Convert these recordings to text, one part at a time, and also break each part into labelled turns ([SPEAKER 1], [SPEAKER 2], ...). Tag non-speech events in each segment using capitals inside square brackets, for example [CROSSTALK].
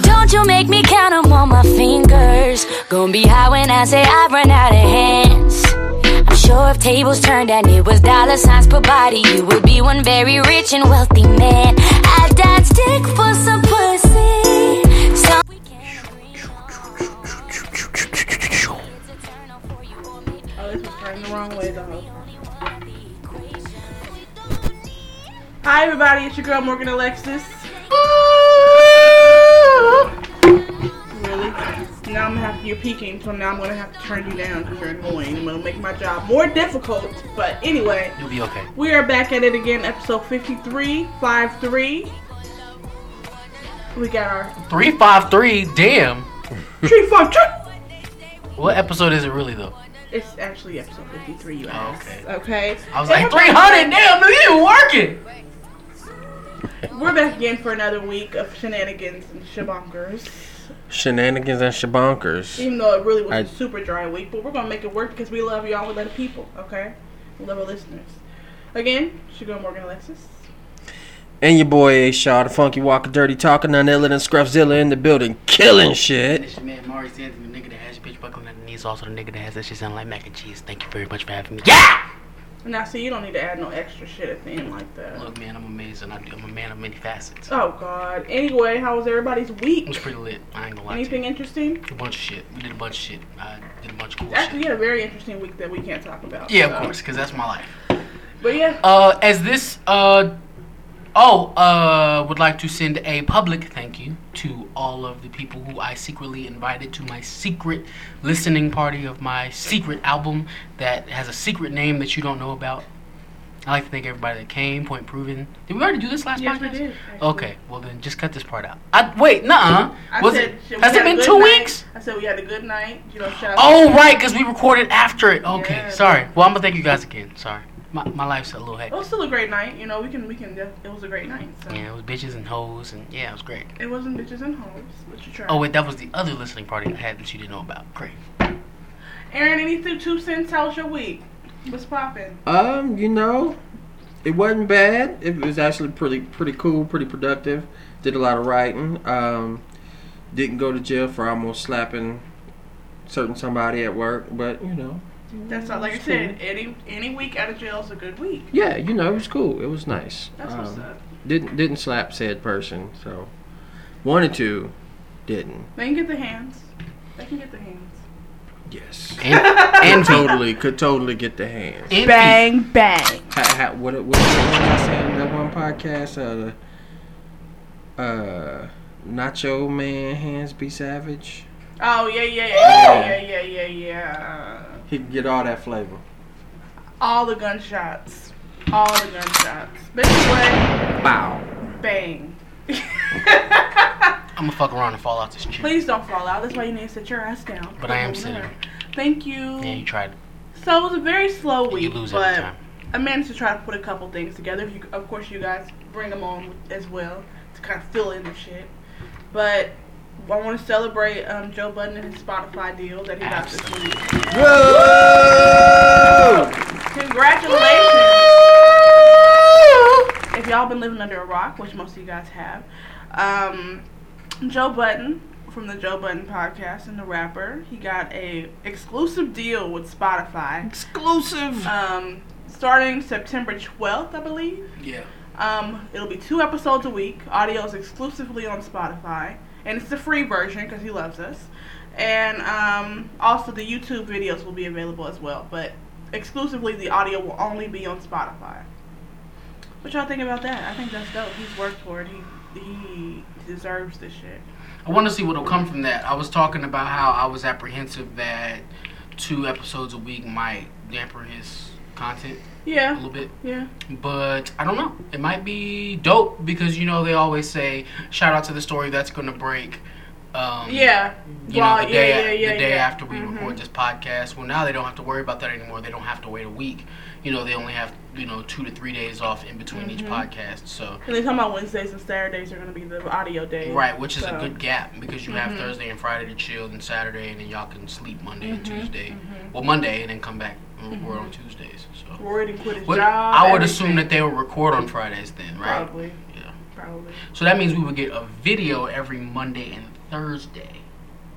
[SPEAKER 1] Don't you make me count 'em on my fingers. Gonna be high when I say I've run out of hands. I'm sure if tables turned and it was dollar signs per body, you would be one very rich and wealthy man. I'd dance dick for some pussy. So we can agree on it's eternal for you or maybe
[SPEAKER 2] Oh, this is turned the wrong way the whole time.
[SPEAKER 1] only one of the equation.
[SPEAKER 2] Hi, everybody. It's your girl Morgan Alexis. Really? Now I'm gonna have to. You're peaking, so now I'm gonna have to turn you down because you're annoying. I'm gonna make my job more difficult. But anyway,
[SPEAKER 3] You'll be okay.
[SPEAKER 2] we are back at it again. Episode 53, 53. We got
[SPEAKER 3] [LAUGHS]
[SPEAKER 2] our
[SPEAKER 3] Three five three. Damn.
[SPEAKER 2] tree farm tree.
[SPEAKER 3] What episode is it really though?
[SPEAKER 2] It's actually episode 53. You ass.
[SPEAKER 3] Oh, Okay.
[SPEAKER 2] Okay.
[SPEAKER 3] I was like three hundred. Damn, dude, you working?
[SPEAKER 2] We're back again for another week of shenanigans and shabonkers.
[SPEAKER 4] Shenanigans and shabonkers.
[SPEAKER 2] Even though it really was
[SPEAKER 4] I-
[SPEAKER 2] a super dry week, but we're gonna make it work because we love y'all, we love the people, okay? We love our listeners. Again, should go Morgan Alexis.
[SPEAKER 4] And your boy A Shaw, the funky walker, dirty talker, none other than Scruffzilla in the building, killing
[SPEAKER 3] And
[SPEAKER 4] shit.
[SPEAKER 3] it's your man Mari Sands, the nigga that has your bitch buckling underneath, also the nigga that has that shit sound like mac and cheese. Thank you very much for having me. Yeah.
[SPEAKER 2] Now, see, you don't need to add no extra shit at the end like that.
[SPEAKER 3] Look, man, I'm amazing. I do. I'm a man of many facets.
[SPEAKER 2] Oh God. Anyway, how was everybody's
[SPEAKER 3] It was
[SPEAKER 2] week?
[SPEAKER 3] pretty lit. I ain't gonna lie. To you.
[SPEAKER 2] Anything interesting?
[SPEAKER 3] A bunch of shit. We did a bunch of shit. I did a bunch of cool
[SPEAKER 2] Actually,
[SPEAKER 3] shit.
[SPEAKER 2] we had a very interesting week that we can't talk about.
[SPEAKER 3] Yeah,
[SPEAKER 2] so.
[SPEAKER 3] of course, because that's my life.
[SPEAKER 2] But yeah,
[SPEAKER 3] Uh, as this, uh, oh, uh, would like to send a public thank you to all of the people who I secretly invited to my secret listening party of my secret album that has a secret name that you don't know about. I like to thank everybody that came. Point proven. Did we already do this last
[SPEAKER 2] Yes, we
[SPEAKER 3] podcast?
[SPEAKER 2] did, actually.
[SPEAKER 3] okay, well then just cut this part out. I wait, nuh-uh.
[SPEAKER 2] I
[SPEAKER 3] Was
[SPEAKER 2] said
[SPEAKER 3] it?
[SPEAKER 2] shit, we
[SPEAKER 3] Has it
[SPEAKER 2] had a
[SPEAKER 3] been
[SPEAKER 2] good
[SPEAKER 3] two
[SPEAKER 2] night.
[SPEAKER 3] weeks?
[SPEAKER 2] I said we had a good night. You know, shout out.
[SPEAKER 3] Oh right, because we recorded after it. Okay,
[SPEAKER 2] Yeah.
[SPEAKER 3] sorry. Well, I'm gonna thank you guys again. Sorry, my my life's a little hectic.
[SPEAKER 2] It was still a great night. You know, we can we can. def- It was a great night. So.
[SPEAKER 3] Yeah, it was bitches and hoes, and yeah, it was great.
[SPEAKER 2] It wasn't bitches and homes, but you tried.
[SPEAKER 3] Oh wait, that was the other listening party I had that you didn't know about.
[SPEAKER 2] [LAUGHS]
[SPEAKER 3] Great.
[SPEAKER 2] Aaron, any th- two cents? How's your week? What's poppin'?
[SPEAKER 4] Um, you know, it wasn't bad. It was actually pretty, pretty cool, pretty productive. Did a lot of writing. Um, didn't go to jail for almost slapping certain somebody at work, but you know,
[SPEAKER 2] That's not like I said. Any any week out of jail is a good week.
[SPEAKER 4] yeah, you know, it was cool. It was nice.
[SPEAKER 2] That's what's
[SPEAKER 4] Um,
[SPEAKER 2] up.
[SPEAKER 4] Didn't didn't slap said person, so wanted to, didn't.
[SPEAKER 2] They can get the hands. They can get the hands.
[SPEAKER 4] Yes.
[SPEAKER 3] And,
[SPEAKER 4] And totally could totally get the hand.
[SPEAKER 3] and
[SPEAKER 2] bang.
[SPEAKER 4] Ha, ha, what it- what it- what I said in that one podcast? Uh, uh, Nacho Man hands be savage.
[SPEAKER 2] Oh yeah yeah yeah yeah yeah yeah yeah. yeah.
[SPEAKER 4] He can get all that flavor.
[SPEAKER 2] All the gunshots. All the gunshots. But anyway,
[SPEAKER 4] Wow.
[SPEAKER 2] bang. [LAUGHS]
[SPEAKER 3] I'm gonna fuck around and fall out this chair.
[SPEAKER 2] Please don't fall out. That's why you need to sit your ass down.
[SPEAKER 3] But I am sitting.
[SPEAKER 2] Thank you.
[SPEAKER 3] Yeah, you tried.
[SPEAKER 2] So it was a very slow
[SPEAKER 3] And you
[SPEAKER 2] week,
[SPEAKER 3] lose every
[SPEAKER 2] but
[SPEAKER 3] time.
[SPEAKER 2] I managed to try to put a couple things together. If you, of course, you guys bring them on as well to kind of fill in the shit. But I want to celebrate um, Joe Budden and his Spotify deal that he got this
[SPEAKER 3] Absolutely.
[SPEAKER 2] week.
[SPEAKER 4] Whoa!
[SPEAKER 2] Congratulations! If y'all been living under a rock, which most of you guys have, um, Joe Budden from the Joe Budden podcast and the rapper, he got a exclusive deal with Spotify.
[SPEAKER 4] Exclusive.
[SPEAKER 2] Um, starting September 12th, I believe.
[SPEAKER 3] Yeah.
[SPEAKER 2] Um, it'll be two episodes a week. Audio is exclusively on Spotify, and it's the free version because he loves us. And um, also the YouTube videos will be available as well, but exclusively the audio will only be on Spotify. What y'all think about that? I think that's dope. He's worked for it. He he deserves this shit.
[SPEAKER 3] I want to see what'll come from that. I was talking about how I was apprehensive that two episodes a week might damper his content a
[SPEAKER 2] Yeah,
[SPEAKER 3] little bit.
[SPEAKER 2] yeah.
[SPEAKER 3] But I don't know. It might be dope because you know they always say shout out to the story that's gonna break. Um,
[SPEAKER 2] Yeah.
[SPEAKER 3] you
[SPEAKER 2] Well,
[SPEAKER 3] know, the day,
[SPEAKER 2] yeah, yeah, yeah,
[SPEAKER 3] the day
[SPEAKER 2] yeah.
[SPEAKER 3] after we
[SPEAKER 2] Mhm.
[SPEAKER 3] record this podcast. Well, now they don't have to worry about that anymore. They don't have to wait a week. You know, they only have you know two to three days off in between each
[SPEAKER 2] Mm-hmm.
[SPEAKER 3] podcast. So
[SPEAKER 2] And they talking about Wednesdays and Saturdays are gonna be the audio days.
[SPEAKER 3] right, which is
[SPEAKER 2] So, Mm-hmm.
[SPEAKER 3] a good gap because you have Thursday and Friday to chill, and Saturday, and then y'all can sleep Monday and
[SPEAKER 2] Mm-hmm.
[SPEAKER 3] Tuesday. Well, Monday, and then come back and record on Tuesdays. So
[SPEAKER 2] Roy didn't quit his
[SPEAKER 3] What-
[SPEAKER 2] job.
[SPEAKER 3] I would
[SPEAKER 2] everything.
[SPEAKER 3] assume that they will record on Fridays then, right?
[SPEAKER 2] Probably.
[SPEAKER 3] Yeah.
[SPEAKER 2] Probably.
[SPEAKER 3] So that means we would get a video every Monday and Thursday.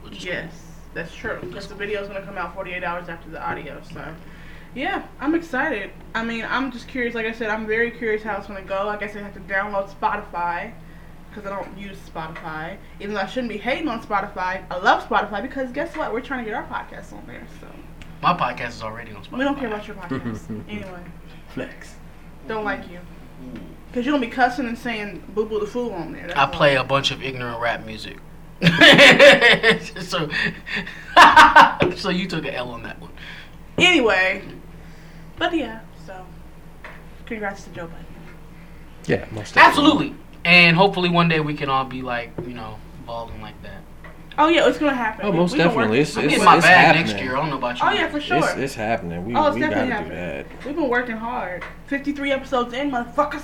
[SPEAKER 3] which is
[SPEAKER 2] Yes, that's true. Because the video's gonna come out 48 hours after the audio. So, yeah, I'm excited. I mean, I'm just curious. Like I said, I'm very curious how it's gonna go. I guess I have to download Spotify because I don't use Spotify. Even though I shouldn't be hating on Spotify, I love Spotify because guess what? We're trying to get our podcast on there. So
[SPEAKER 3] My podcast is already on Spotify.
[SPEAKER 2] we don't care about your
[SPEAKER 3] [LAUGHS]
[SPEAKER 2] podcast anyway.
[SPEAKER 4] Flex.
[SPEAKER 2] Don't like you. Cause you're gonna be cussing and saying "boo boo the fool" on there. That's
[SPEAKER 3] I
[SPEAKER 2] why.
[SPEAKER 3] play a bunch of ignorant rap music. [LAUGHS] so, [LAUGHS] so you took an L on that one.
[SPEAKER 2] Anyway, but yeah. So, congrats to Joe Biden.
[SPEAKER 4] Yeah, most
[SPEAKER 3] Absolutely. And hopefully one day we can all be like, you know, balling like that.
[SPEAKER 2] Oh yeah, it's gonna happen.
[SPEAKER 4] Oh, most
[SPEAKER 2] We can work-
[SPEAKER 4] definitely. It's,
[SPEAKER 3] I'm
[SPEAKER 4] it's,
[SPEAKER 3] getting my
[SPEAKER 4] it's
[SPEAKER 3] bag
[SPEAKER 4] happening.
[SPEAKER 3] next year. I don't know about you.
[SPEAKER 2] Oh yeah, for sure.
[SPEAKER 4] It's, it's happening. We,
[SPEAKER 2] Oh, it's
[SPEAKER 4] we gotta
[SPEAKER 2] definitely
[SPEAKER 4] do that.
[SPEAKER 2] We've been working hard. 53 episodes in, motherfuckers.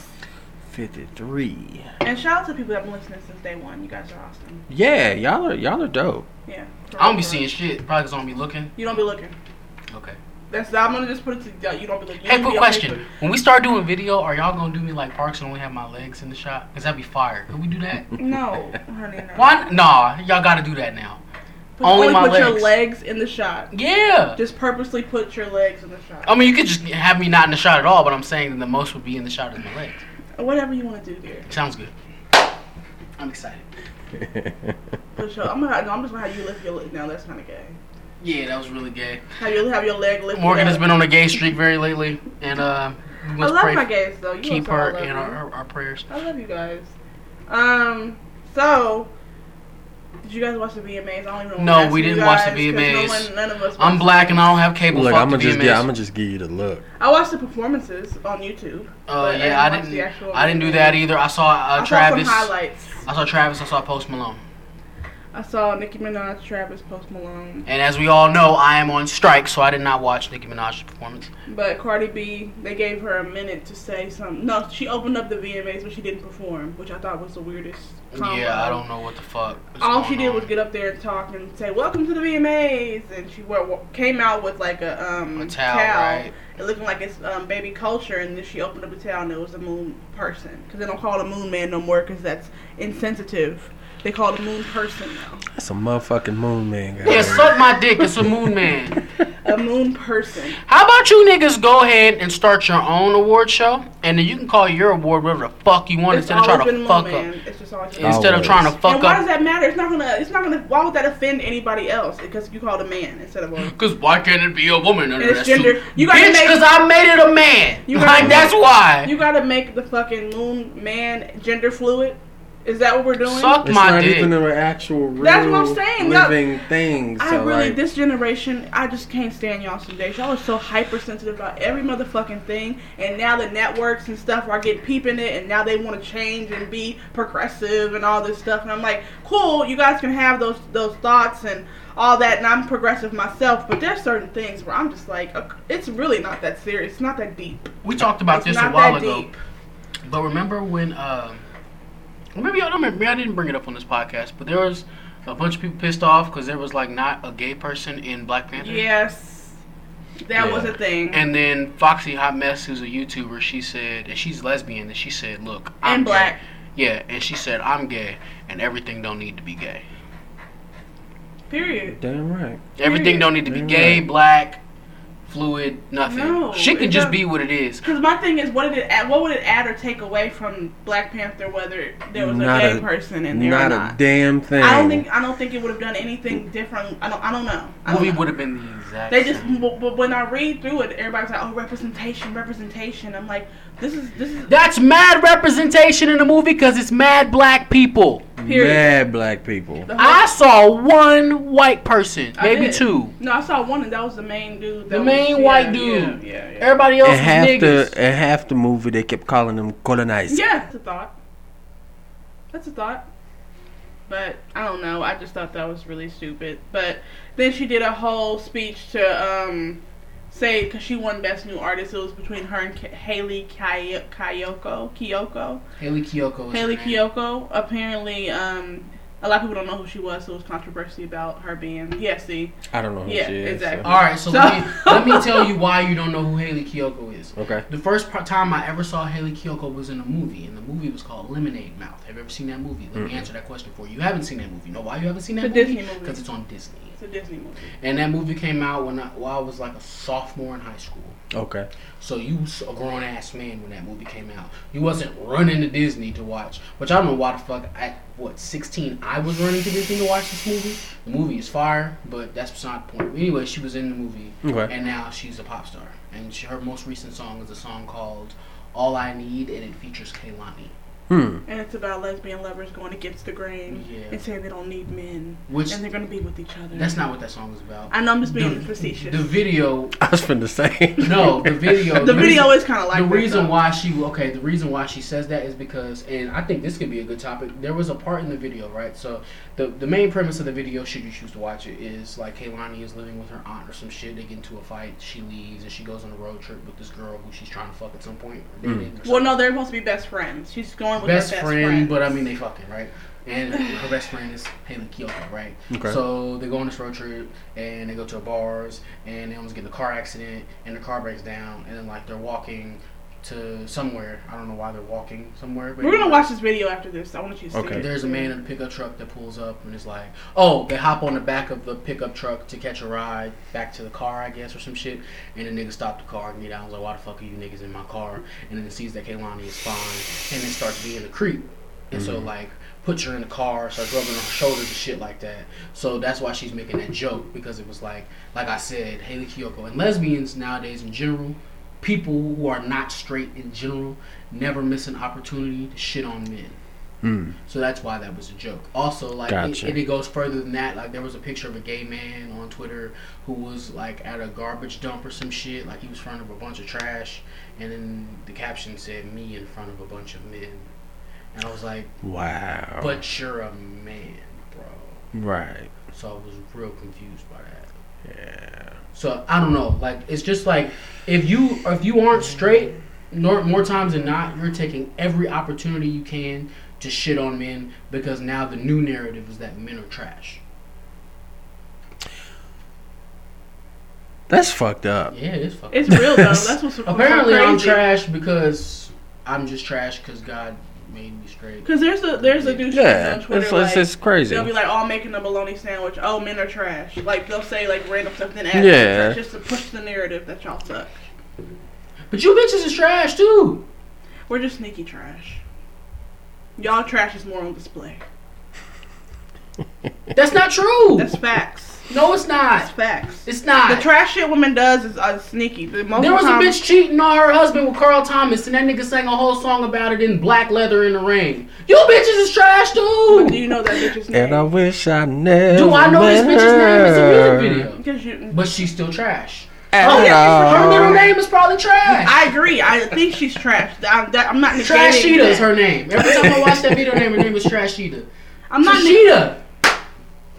[SPEAKER 4] 53.
[SPEAKER 2] And shout out to the people that have been listening since day one. You guys are awesome.
[SPEAKER 4] Yeah, y'all are y'all are [LAUGHS] dope.
[SPEAKER 2] Yeah.
[SPEAKER 3] I don't be seeing shit. Probably 'cause I don't be looking.
[SPEAKER 2] You don't be looking.
[SPEAKER 3] Okay.
[SPEAKER 2] That's I'm gonna just put it to y'all. You don't be looking. You
[SPEAKER 3] Hey,
[SPEAKER 2] don't be
[SPEAKER 3] quick
[SPEAKER 2] on
[SPEAKER 3] question.
[SPEAKER 2] Facebook.
[SPEAKER 3] When we start doing video, are y'all gonna do me like Parks and only have my legs in the shot? Cause that'd be fire. Could we
[SPEAKER 4] [LAUGHS]
[SPEAKER 3] do that? [LAUGHS]
[SPEAKER 2] No, honey. No.
[SPEAKER 3] Why? n- Nah, y'all gotta do that now.
[SPEAKER 2] But
[SPEAKER 3] Only
[SPEAKER 2] only
[SPEAKER 3] my
[SPEAKER 2] put your
[SPEAKER 3] legs.
[SPEAKER 2] legs in the shot.
[SPEAKER 3] Yeah.
[SPEAKER 2] Just purposely put your legs in the shot.
[SPEAKER 3] I mean, you could just have me not in the shot at all, but I'm saying that the most would be in the shot is my legs.
[SPEAKER 2] Whatever you want to do, dear.
[SPEAKER 3] Sounds good. I'm excited.
[SPEAKER 2] Put your. I'm gonna. No, I'm just gonna have you lift your leg. No, that's kind of gay.
[SPEAKER 3] Yeah, that was really gay.
[SPEAKER 2] Have you have your leg lifted?
[SPEAKER 3] Morgan has
[SPEAKER 2] up.
[SPEAKER 3] been on a gay streak very lately, and uh, we
[SPEAKER 2] I
[SPEAKER 3] must
[SPEAKER 2] love
[SPEAKER 3] pray
[SPEAKER 2] my gays though. You
[SPEAKER 3] keep
[SPEAKER 2] also all
[SPEAKER 3] her
[SPEAKER 2] love
[SPEAKER 3] in
[SPEAKER 2] me.
[SPEAKER 3] our, our, our prayers.
[SPEAKER 2] I love you guys. Um, so did you guys watch the VMAs? I don't even. wanna
[SPEAKER 3] No,
[SPEAKER 2] ask
[SPEAKER 3] we
[SPEAKER 2] you
[SPEAKER 3] didn't watch the
[SPEAKER 2] 'cause No
[SPEAKER 3] VMAs.
[SPEAKER 2] one, none of us.
[SPEAKER 3] I'm
[SPEAKER 2] watched
[SPEAKER 3] black
[SPEAKER 2] the
[SPEAKER 3] and I don't have cable.
[SPEAKER 4] Look,
[SPEAKER 3] Fuck
[SPEAKER 4] I'm
[SPEAKER 3] the
[SPEAKER 4] gonna just
[SPEAKER 3] VMAs.
[SPEAKER 4] yeah, I'm gonna just give you the look.
[SPEAKER 2] VMAs. I watched the performances on YouTube.
[SPEAKER 3] uh,
[SPEAKER 2] but
[SPEAKER 3] yeah, I
[SPEAKER 2] watch
[SPEAKER 3] didn't.
[SPEAKER 2] Oh, the actual
[SPEAKER 3] I didn't do
[SPEAKER 2] VMAs.
[SPEAKER 3] that either. I saw
[SPEAKER 2] I
[SPEAKER 3] uh,
[SPEAKER 2] saw
[SPEAKER 3] Travis.
[SPEAKER 2] some highlights.
[SPEAKER 3] I saw Travis. I saw Post Malone.
[SPEAKER 2] I saw Nicki Minaj, Travis, Post Malone,
[SPEAKER 3] And as we all know, I am on strike, so I did not watch Nicki Minaj's performance.
[SPEAKER 2] but Cardi B. They gave her a minute to say something. No, she opened up the VMAs, but she didn't perform, which I thought was the weirdest. combo.
[SPEAKER 3] Yeah, I don't know what the fuck. is
[SPEAKER 2] all
[SPEAKER 3] going
[SPEAKER 2] she did
[SPEAKER 3] on.
[SPEAKER 2] was get up there and talk and say welcome to the VMAs and she wa- wa- came out with like a um
[SPEAKER 3] A towel, right.
[SPEAKER 2] and looking like it's um, baby culture and then she opened up the towel and it was a moon person because they don't call it a moon man no more because that's insensitive they call it a moon person now
[SPEAKER 4] That's a motherfucking moon man, guys.
[SPEAKER 3] Yeah, suck my dick. It's a moon man.
[SPEAKER 2] a moon person
[SPEAKER 3] [LAUGHS] How about you niggas go ahead and start your own award show, and then you can call your award whatever the fuck you want
[SPEAKER 2] it's
[SPEAKER 3] instead of
[SPEAKER 2] always
[SPEAKER 3] trying
[SPEAKER 2] been a
[SPEAKER 3] to
[SPEAKER 2] moon
[SPEAKER 3] fuck
[SPEAKER 2] man
[SPEAKER 3] up.
[SPEAKER 2] it's just always been a moon.
[SPEAKER 3] Instead of
[SPEAKER 4] Always.
[SPEAKER 3] trying to fuck
[SPEAKER 2] and why does
[SPEAKER 3] up.
[SPEAKER 2] that matter it's not gonna it's not gonna why would that offend anybody else because you called a man instead of a
[SPEAKER 3] Because why can't it be a woman under
[SPEAKER 2] It's
[SPEAKER 3] that
[SPEAKER 2] gender-
[SPEAKER 3] suit?
[SPEAKER 2] you gotta
[SPEAKER 3] Bitch,
[SPEAKER 2] make-
[SPEAKER 3] because I made it a man.
[SPEAKER 2] You gotta
[SPEAKER 3] like,
[SPEAKER 2] make-
[SPEAKER 3] that's why.
[SPEAKER 2] you gotta make the fucking moon man gender fluid is that what we're doing
[SPEAKER 3] Suck
[SPEAKER 4] It's
[SPEAKER 3] my
[SPEAKER 4] not
[SPEAKER 3] dick.
[SPEAKER 4] even an actual real
[SPEAKER 2] That's what I'm saying, no.
[SPEAKER 4] living thing. So
[SPEAKER 2] I really,
[SPEAKER 4] like,
[SPEAKER 2] this generation, I just can't stand y'all some days. Y'all are so hypersensitive about every motherfucking thing, and now the networks and stuff are getting peeping it, and now they want to change and be progressive and all this stuff. And I'm like, cool, you guys can have those those thoughts and all that, and I'm progressive myself, but there's certain things where I'm just like, ok- it's really not that serious, it's not that deep.
[SPEAKER 3] we talked about
[SPEAKER 2] It's
[SPEAKER 3] this a
[SPEAKER 2] not
[SPEAKER 3] while
[SPEAKER 2] that
[SPEAKER 3] ago.
[SPEAKER 2] deep.
[SPEAKER 3] But remember when, um, well, maybe I don't remember, maybe I didn't bring it up on this podcast, but there was a bunch of people pissed off because there was like not a gay person in Black Panther.
[SPEAKER 2] Yes, that
[SPEAKER 4] Yeah.
[SPEAKER 2] was a thing.
[SPEAKER 3] And then Foxy Hot Mess, who's a YouTuber, she said, and she's lesbian, and she said, "Look, I'm
[SPEAKER 2] And
[SPEAKER 3] gay."
[SPEAKER 2] black.
[SPEAKER 3] Yeah, and she said, "I'm gay, and everything don't need to be gay.
[SPEAKER 2] Period.
[SPEAKER 4] damn right.
[SPEAKER 3] Everything don't need to be
[SPEAKER 4] You're
[SPEAKER 3] gay,
[SPEAKER 4] right.
[SPEAKER 3] black, fluid, nothing.
[SPEAKER 2] No,
[SPEAKER 3] Shit
[SPEAKER 2] it
[SPEAKER 3] can just
[SPEAKER 2] don't-
[SPEAKER 3] be what it is."
[SPEAKER 2] Because my thing is, what did it add? What would it add or take away from Black Panther whether there was
[SPEAKER 4] Not
[SPEAKER 2] a gay
[SPEAKER 4] a-
[SPEAKER 2] person in there
[SPEAKER 4] Not,
[SPEAKER 2] or
[SPEAKER 4] a
[SPEAKER 2] not?
[SPEAKER 4] damn thing.
[SPEAKER 2] I don't think I don't think it would have done anything different. I don't I don't know. I don't
[SPEAKER 3] Movie
[SPEAKER 2] know.
[SPEAKER 3] would have been the exact.
[SPEAKER 2] They just
[SPEAKER 3] same.
[SPEAKER 2] but, but when I read through it, everybody's like, "Oh, representation, representation." I'm like, "This is this is
[SPEAKER 3] That's mad representation in the movie because it's mad black people.
[SPEAKER 2] period."
[SPEAKER 4] Mad black people.
[SPEAKER 2] The whole-
[SPEAKER 3] I saw one white person,
[SPEAKER 2] I
[SPEAKER 3] maybe
[SPEAKER 2] did.
[SPEAKER 3] two.
[SPEAKER 2] No, I saw one, and that was the main dude. That
[SPEAKER 3] The
[SPEAKER 2] was-
[SPEAKER 3] main
[SPEAKER 2] yeah,
[SPEAKER 3] white
[SPEAKER 2] yeah,
[SPEAKER 3] dude.
[SPEAKER 2] Yeah, yeah. Yeah,
[SPEAKER 3] Everybody else
[SPEAKER 4] And
[SPEAKER 3] is
[SPEAKER 4] half
[SPEAKER 3] niggas.
[SPEAKER 4] the e and half the movie they kept calling them colonized.
[SPEAKER 2] that's a thought. That's a thought. But I don't know. I just thought that was really stupid. But then she did a whole speech to um, say because she won Best New Artist. It was between her and K- Haley Kay- Kiyoko. Kiyoko.
[SPEAKER 3] Haley Kiyoko. is her
[SPEAKER 2] Haley
[SPEAKER 3] name.
[SPEAKER 2] Kiyoko. Apparently, um, A lot of people don't know who she was, so it was controversy about her being. Yeah, see,
[SPEAKER 4] I don't know who
[SPEAKER 2] Yeah,
[SPEAKER 4] she is.
[SPEAKER 2] exactly.
[SPEAKER 4] so-
[SPEAKER 3] All right, so,
[SPEAKER 2] So-
[SPEAKER 3] let, me, let me tell you why you don't know who Haley Kiyoko is.
[SPEAKER 4] Okay.
[SPEAKER 3] The first pro- time I ever saw Haley Kiyoko was in a movie, and the movie was called Lemonade Mouth. Have you ever seen that movie? Let me answer that question for you. You haven't seen that movie. You know why you haven't seen that
[SPEAKER 2] It's a
[SPEAKER 3] movie?
[SPEAKER 2] Disney movie.
[SPEAKER 3] Because it's on Disney.
[SPEAKER 2] it's a Disney movie.
[SPEAKER 3] And that movie came out when I, while I was like a sophomore in high school.
[SPEAKER 4] Okay. [LAUGHS]
[SPEAKER 3] So you was a grown ass man when that movie came out. You wasn't running to Disney to watch. Which I don't know why the fuck at what sixteen I was running to Disney to watch this movie. The movie is fire, but that's beside the point. Anyway, she was in the movie,
[SPEAKER 4] Okay.
[SPEAKER 3] and now she's a pop star. And she, her most recent song is a song called "All I Need," and it features Kehlani.
[SPEAKER 4] Hmm.
[SPEAKER 2] And it's about lesbian lovers going against the grain
[SPEAKER 3] Yeah.
[SPEAKER 2] and saying they don't need men
[SPEAKER 3] Which
[SPEAKER 2] and they're gonna be with each other.
[SPEAKER 3] that's not what that song is about.
[SPEAKER 2] Mm. I know I'm just being
[SPEAKER 3] The-
[SPEAKER 2] facetious.
[SPEAKER 3] The video,
[SPEAKER 4] I was finna say.
[SPEAKER 3] no, the
[SPEAKER 2] [LAUGHS]
[SPEAKER 3] video,
[SPEAKER 2] the video
[SPEAKER 3] reason-
[SPEAKER 2] is kind of like
[SPEAKER 3] the
[SPEAKER 2] that,
[SPEAKER 3] reason
[SPEAKER 2] though.
[SPEAKER 3] why she okay the reason why she says that is because and i think this could be a good topic there was a part in the video right so the the main premise of the video should you choose to watch it is like Kaylani is living with her aunt or some shit they get into a fight she leaves and she goes on a road trip with this girl who she's trying to fuck at some point or
[SPEAKER 4] Mm.
[SPEAKER 3] dating or
[SPEAKER 2] Well,
[SPEAKER 3] something.
[SPEAKER 2] no, they're supposed to be best friends. She's going with
[SPEAKER 3] best,
[SPEAKER 2] her best
[SPEAKER 3] friend, but i mean they fucking right and her best friend is Haley Kiyoko, right?
[SPEAKER 4] Okay.
[SPEAKER 3] So they go on this road trip and they go to a bars and they almost get in a car accident and the car breaks down and then like they're walking to somewhere. I don't know why they're walking somewhere. But
[SPEAKER 2] We're gonna watch this video after this. I want you to see.
[SPEAKER 4] Okay.
[SPEAKER 2] it.
[SPEAKER 3] There's a man in a pickup truck that pulls up and is like, oh, they hop on the back of the pickup truck to catch a ride back to the car, I guess, or some shit. And the nigga stopped the car and get out. I was like, why the fuck are you niggas in my car? And then it sees that Kaylani is fine and then starts being a creep. And so, like, puts her in the car, starts rubbing her shoulders and shit like that. So that's why she's making that joke because it was like, like I said, Haley Kiyoko and lesbians nowadays in general. People who are not straight in general never miss an opportunity to shit on men.
[SPEAKER 4] Hmm.
[SPEAKER 3] So that's why that was a joke. Also, like,
[SPEAKER 4] Gotcha.
[SPEAKER 3] it, it goes further than that. Like, there was a picture of a gay man on Twitter who was, like, at a garbage dump or some shit. Like, he was in front of a bunch of trash. And then the caption said, Me in front of a bunch of men. And I was like,
[SPEAKER 4] Wow.
[SPEAKER 3] But you're a man, bro.
[SPEAKER 4] right.
[SPEAKER 3] So I was real confused by that.
[SPEAKER 4] Yeah.
[SPEAKER 3] So I don't know. Like it's just like if you if you aren't straight, nor, more times than not, you're taking every opportunity you can to shit on men because now the new narrative is that men are trash.
[SPEAKER 4] That's fucked up.
[SPEAKER 3] Yeah, it is fucking.
[SPEAKER 2] It's real though.
[SPEAKER 3] [LAUGHS]
[SPEAKER 2] That's what's
[SPEAKER 3] Apparently, I'm
[SPEAKER 2] crazy.
[SPEAKER 3] trash because I'm just trash because God made me straight.
[SPEAKER 2] Because there's a there's a dude
[SPEAKER 4] Yeah.
[SPEAKER 2] on
[SPEAKER 4] It's,
[SPEAKER 2] Twitter
[SPEAKER 4] it's,
[SPEAKER 2] like
[SPEAKER 4] it's crazy.
[SPEAKER 2] they'll be like, "Oh, I'm making a bologna sandwich. Oh, men are trash." Like they'll say like random stuff then add
[SPEAKER 4] Yeah.
[SPEAKER 2] yeah. just to push the narrative that y'all suck.
[SPEAKER 3] But you bitches is trash too.
[SPEAKER 2] We're just sneaky trash. Y'all trash is more on display.
[SPEAKER 3] That's not true.
[SPEAKER 2] That's facts.
[SPEAKER 3] no, it's
[SPEAKER 2] That's
[SPEAKER 3] not.
[SPEAKER 2] facts.
[SPEAKER 3] It's
[SPEAKER 2] the
[SPEAKER 3] not.
[SPEAKER 2] trash shit women does is uh, sneaky. The most
[SPEAKER 3] There was a
[SPEAKER 2] time-
[SPEAKER 3] bitch cheating on her husband with Carl Thomas, and that nigga sang a whole song about it in black leather in the rain. You bitches is trash too.
[SPEAKER 2] But do you know that bitch's name?
[SPEAKER 4] and I wish I never.
[SPEAKER 3] Do I know this
[SPEAKER 4] met
[SPEAKER 3] bitch's name? It's a music video.
[SPEAKER 2] Because you.
[SPEAKER 3] But she's still trash.
[SPEAKER 4] At
[SPEAKER 3] Oh,
[SPEAKER 4] all.
[SPEAKER 3] Her middle name is probably trash.
[SPEAKER 2] I agree. I think she's trash. I, that, I'm not negating
[SPEAKER 3] Trashita
[SPEAKER 2] that.
[SPEAKER 3] is her name. Every time I watch that video name, her name is Trashita.
[SPEAKER 2] I'm not. neg-
[SPEAKER 3] Trashita.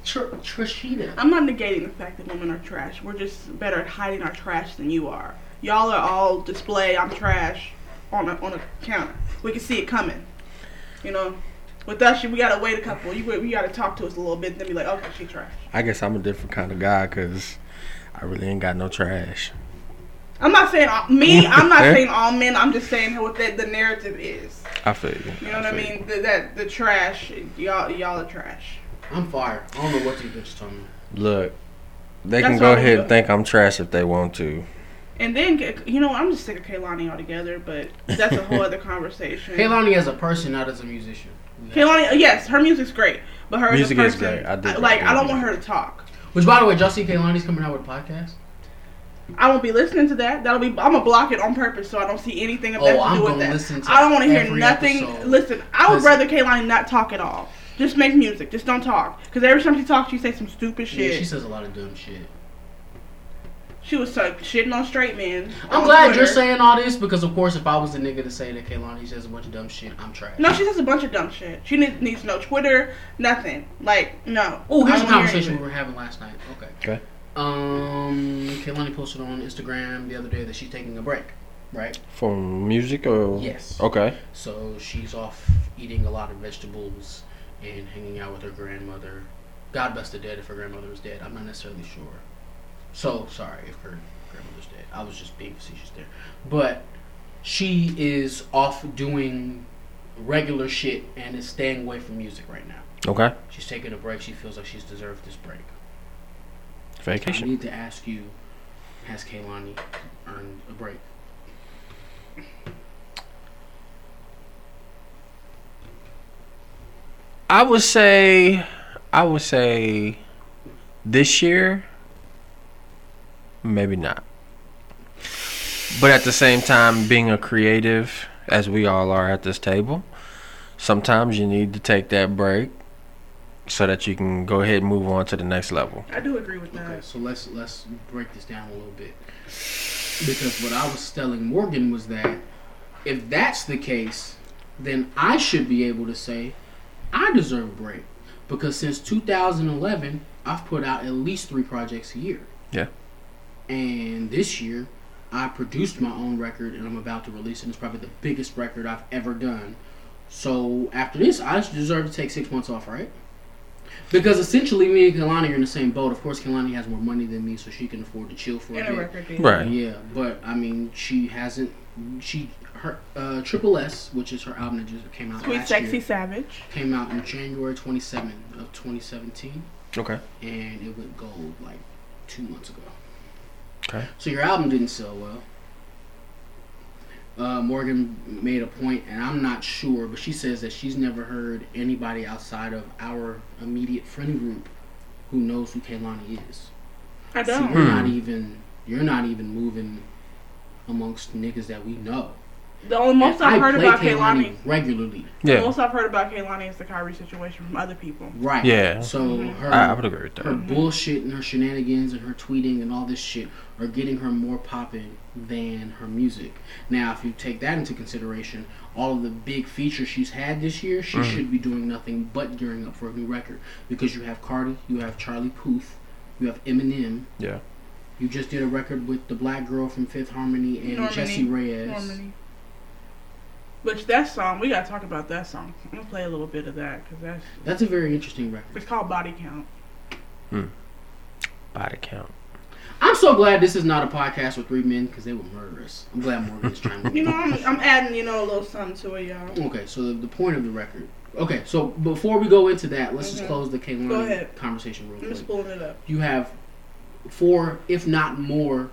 [SPEAKER 3] Tr- Trashita.
[SPEAKER 2] I'm not negating the fact that women are trash. We're just better at hiding our trash than you are. Y'all are all display. I'm trash on a on a counter. We can see it coming. You know, with us, we gotta wait a couple. You we gotta talk to us a little bit, then be like, okay, she trash.
[SPEAKER 4] I guess I'm a different kind of guy because I really ain't got no trash.
[SPEAKER 2] I'm not saying all,
[SPEAKER 4] [LAUGHS]
[SPEAKER 2] me. I'm not saying all men. I'm just saying what the, the narrative is.
[SPEAKER 4] I feel you.
[SPEAKER 2] You know what I
[SPEAKER 4] feel you.
[SPEAKER 2] mean? The, that the trash. Y'all y'all are trash.
[SPEAKER 3] I'm fired. I don't know what these bitches talking about.
[SPEAKER 4] Look, they
[SPEAKER 2] That's
[SPEAKER 4] can go
[SPEAKER 2] all we
[SPEAKER 4] ahead
[SPEAKER 2] do.
[SPEAKER 4] and think I'm trash if they want to.
[SPEAKER 2] And then you know I'm just sick of Kaylani altogether, but that's a
[SPEAKER 3] [LAUGHS]
[SPEAKER 2] whole other conversation.
[SPEAKER 3] Kaylani as a person, not as a musician.
[SPEAKER 2] Kaylani, yes, her music's great, but her
[SPEAKER 4] Music
[SPEAKER 2] as
[SPEAKER 4] is
[SPEAKER 2] a person,
[SPEAKER 4] great. I do
[SPEAKER 2] like
[SPEAKER 4] like
[SPEAKER 2] I don't
[SPEAKER 4] music.
[SPEAKER 2] want her to talk.
[SPEAKER 3] Which, by the way, did y'all see Kaylani's coming out with a podcast?
[SPEAKER 2] I won't be listening to that. That'll be I'm gonna block it on purpose so I don't see anything of that
[SPEAKER 3] Oh,
[SPEAKER 2] to
[SPEAKER 3] I'm
[SPEAKER 2] do with
[SPEAKER 3] gonna
[SPEAKER 2] that.
[SPEAKER 3] listen to
[SPEAKER 2] I don't want to hear
[SPEAKER 3] every
[SPEAKER 2] nothing.
[SPEAKER 3] episode.
[SPEAKER 2] Listen, I would
[SPEAKER 3] Listen.
[SPEAKER 2] rather Kaylani not talk at all. Just make music. Just don't talk. Because every time she talks, she says some stupid shit.
[SPEAKER 3] Yeah, she says a lot of dumb shit.
[SPEAKER 2] she was like, shitting on straight men.
[SPEAKER 3] I'm
[SPEAKER 2] on
[SPEAKER 3] glad
[SPEAKER 2] Twitter.
[SPEAKER 3] you're saying all this because, of course, if I was the nigga to say that Kaylani says a bunch of dumb shit, I'm trash.
[SPEAKER 2] No, she says a bunch of dumb shit. She needs, needs no Twitter, nothing. Like, no.
[SPEAKER 3] Oh, here's
[SPEAKER 2] I don't wanna
[SPEAKER 3] a
[SPEAKER 2] hear
[SPEAKER 3] conversation
[SPEAKER 2] anything.
[SPEAKER 3] we were having last night. Okay.
[SPEAKER 4] Okay.
[SPEAKER 3] Um, Kaylani posted on Instagram the other day that she's taking a break, right?
[SPEAKER 4] From music or
[SPEAKER 3] Yes.
[SPEAKER 4] Okay.
[SPEAKER 3] So she's off eating a lot of vegetables and hanging out with her grandmother. God bless the dead if her grandmother was dead. I'm not necessarily sure. So sorry if her grandmother's dead. I was just being facetious there. But she is off doing regular shit and is staying away from music right now.
[SPEAKER 5] Okay.
[SPEAKER 3] She's taking a break. She feels like she's deserved this break. I
[SPEAKER 5] Vacation.
[SPEAKER 3] need to ask you, has Kaylani earned a break?
[SPEAKER 5] I would say, I would say, this year, maybe not. But at the same time, being a creative, as we all are at this table, sometimes you need to take that break so that you can go ahead and move on to the next level.
[SPEAKER 2] I do agree with
[SPEAKER 3] Okay,
[SPEAKER 2] that.
[SPEAKER 3] so let's let's break this down a little bit. Because what I was telling Morgan was that if that's the case, then I should be able to say I deserve a break. Because since 2011, I've put out at least three projects a year.
[SPEAKER 5] Yeah.
[SPEAKER 3] And this year, I produced my own record and I'm about to release it. It's probably the biggest record I've ever done. So after this, I deserve to take six months off, right? Because essentially, me and Kalani are in the same boat. Of course, Kalani has more money than me, so she can afford to chill for
[SPEAKER 2] In
[SPEAKER 3] a
[SPEAKER 2] a
[SPEAKER 3] bit.
[SPEAKER 2] record deal.
[SPEAKER 5] Right.
[SPEAKER 3] Yeah, but I mean, she hasn't. She her uh, Triple S, which is her album that just came out
[SPEAKER 2] Sweet
[SPEAKER 3] last
[SPEAKER 2] Sexy
[SPEAKER 3] year,
[SPEAKER 2] Savage.
[SPEAKER 3] came out in January 27 of 2017,
[SPEAKER 5] Okay.
[SPEAKER 3] and it went gold like two months ago.
[SPEAKER 5] Okay.
[SPEAKER 3] So your album didn't sell well. Uh, Morgan made a point, and I'm not sure, but she says that she's never heard anybody outside of our immediate friend group who knows who Kaylani is.
[SPEAKER 2] I
[SPEAKER 3] So
[SPEAKER 2] don't.
[SPEAKER 3] you're
[SPEAKER 5] Hmm.
[SPEAKER 3] not even you're not even moving amongst niggas that we know.
[SPEAKER 2] The only most
[SPEAKER 3] And
[SPEAKER 2] I've heard
[SPEAKER 3] play
[SPEAKER 2] about
[SPEAKER 3] Kehlani
[SPEAKER 2] Kaylani.
[SPEAKER 3] regularly,
[SPEAKER 2] The
[SPEAKER 5] Yeah.
[SPEAKER 2] most I've heard about Kaylani is the Kyrie situation from other people.
[SPEAKER 3] right?
[SPEAKER 5] Yeah.
[SPEAKER 3] So
[SPEAKER 2] Mhm.
[SPEAKER 3] her
[SPEAKER 5] I, I would agree with
[SPEAKER 3] her
[SPEAKER 5] that.
[SPEAKER 3] bullshit and her shenanigans and her tweeting and all this shit are getting her more popping than her music. Now, if you take that into consideration, all of the big features she's had this year, she should be doing nothing but gearing up for a new record because you have Cardi, you have Charlie Puth, you have Eminem.
[SPEAKER 5] Yeah.
[SPEAKER 3] You just did a record with the black girl from Fifth Harmony and
[SPEAKER 2] Normani.
[SPEAKER 3] Jesse Reyes.
[SPEAKER 2] Normally. Which that song, we gotta talk about that song. I'm gonna play a little bit of that because that's
[SPEAKER 3] That's a very interesting record.
[SPEAKER 2] it's called Body Count.
[SPEAKER 5] Body count.
[SPEAKER 3] I'm so glad this is not a podcast with three men because they would murder us. I'm glad Morgan
[SPEAKER 2] [LAUGHS]
[SPEAKER 3] is trying to.
[SPEAKER 2] You know, I'm, I'm adding you know a little something to it, y'all.
[SPEAKER 3] Okay, so the, the point of the record. Okay, so before we go into that, let's just
[SPEAKER 2] Mhm.
[SPEAKER 3] close the
[SPEAKER 2] Go
[SPEAKER 3] Kaylani
[SPEAKER 2] ahead.
[SPEAKER 3] conversation real
[SPEAKER 2] I'm
[SPEAKER 3] quick.
[SPEAKER 2] just pulling it up.
[SPEAKER 3] You have four, if not more,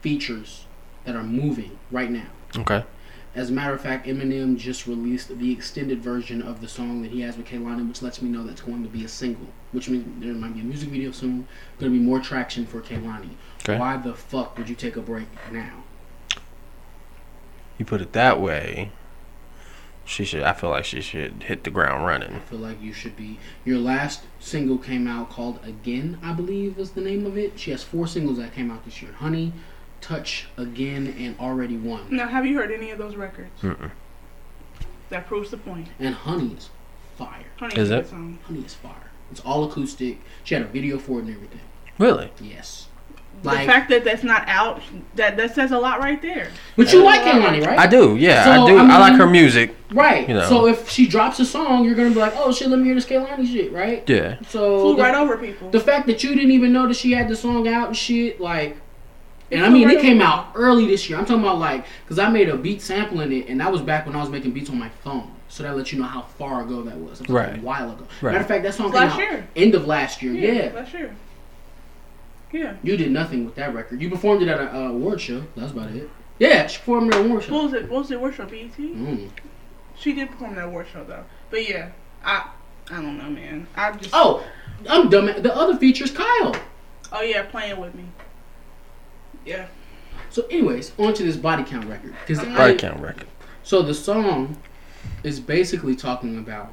[SPEAKER 3] features that are moving right now.
[SPEAKER 5] Okay.
[SPEAKER 3] As a matter of fact, Eminem just released the extended version of the song that he has with Kaylani, which lets me know that's going to be a single, which means there might be a music video soon. Going to be more traction for Kaylani.
[SPEAKER 5] Okay.
[SPEAKER 3] Why the fuck would you take a break now?
[SPEAKER 5] You put it that way. She should. I feel like she should hit the ground running.
[SPEAKER 3] feel like you should be. Your last single came out called Again, I believe is the name of it. She has four singles that came out this year Honey, Touch, Again, and Already One.
[SPEAKER 2] Now, have you heard any of those records?
[SPEAKER 5] Mm-mm.
[SPEAKER 2] That proves the point.
[SPEAKER 3] And Honey is fire.
[SPEAKER 2] Honey,
[SPEAKER 5] Is
[SPEAKER 2] it's a
[SPEAKER 5] it?
[SPEAKER 2] good song.
[SPEAKER 3] Honey is fire. It's all acoustic. She had a video for it and everything.
[SPEAKER 5] Really?
[SPEAKER 3] Yes.
[SPEAKER 2] the
[SPEAKER 3] Like,
[SPEAKER 2] fact that that's not out, that that says a lot right there.
[SPEAKER 3] but you like Kaylani, right?
[SPEAKER 5] I do. Yeah,
[SPEAKER 3] So,
[SPEAKER 5] I do.
[SPEAKER 3] I
[SPEAKER 5] I, like
[SPEAKER 3] mean-
[SPEAKER 5] her music.
[SPEAKER 3] right.
[SPEAKER 5] You know.
[SPEAKER 3] So if she drops a song, you're gonna be like, "Oh shit, let me hear this Kaylani shit," right?
[SPEAKER 5] Yeah.
[SPEAKER 3] So
[SPEAKER 2] Flew
[SPEAKER 3] the-
[SPEAKER 2] right over people.
[SPEAKER 3] The fact that you didn't even know that she had the song out and shit, like,
[SPEAKER 2] It
[SPEAKER 3] and I
[SPEAKER 2] flew
[SPEAKER 3] mean,
[SPEAKER 2] right
[SPEAKER 3] it came
[SPEAKER 2] over.
[SPEAKER 3] out early this year. I'm talking about like, cause I made a beat sampling it, and that was back when I was making beats on my phone. So that lets you know how far ago that was. That was like,
[SPEAKER 5] Right.
[SPEAKER 3] A while ago.
[SPEAKER 5] Right.
[SPEAKER 3] Matter of fact, that song came
[SPEAKER 2] Last
[SPEAKER 3] out
[SPEAKER 2] year.
[SPEAKER 3] end of last year. Yeah.
[SPEAKER 2] That's true. Yeah.
[SPEAKER 3] You did nothing with that record. You performed it at a uh, award show. That's about it. Yeah, she performed it at an award show.
[SPEAKER 2] What was it? What was it? Worship BET.
[SPEAKER 3] Mm.
[SPEAKER 2] E She did perform that award show though. But yeah, I I don't know, man. I just oh,
[SPEAKER 3] Oh, I'm dumb. The other features, Kyle.
[SPEAKER 2] yeah, playing with me. Yeah.
[SPEAKER 3] So, anyways, onto this body count record. Cause I-
[SPEAKER 5] Body count record.
[SPEAKER 3] So the song is basically talking about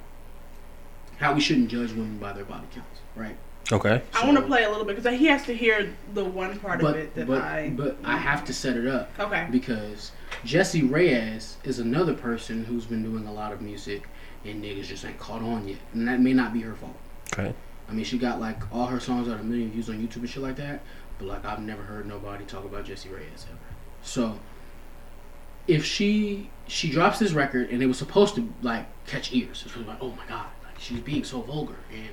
[SPEAKER 3] how we shouldn't judge women by their body counts, right?
[SPEAKER 5] Okay.
[SPEAKER 2] I want to play a little bit because he has to hear the one part of it
[SPEAKER 3] But
[SPEAKER 2] that
[SPEAKER 3] but
[SPEAKER 2] I Mm-hmm.
[SPEAKER 3] but I have to set it up
[SPEAKER 2] okay.
[SPEAKER 3] because Jesse Reyes is another person who's been doing a lot of music and niggas just ain't caught on yet, and that may not be her fault.
[SPEAKER 5] Okay.
[SPEAKER 3] I mean, she got like all her songs got a million views on YouTube and shit like that. But like, I've never heard nobody talk about Jessie Reyes ever. So, if she she drops this record and it was supposed to like catch ears, it was like, oh my god, like she was being so vulgar and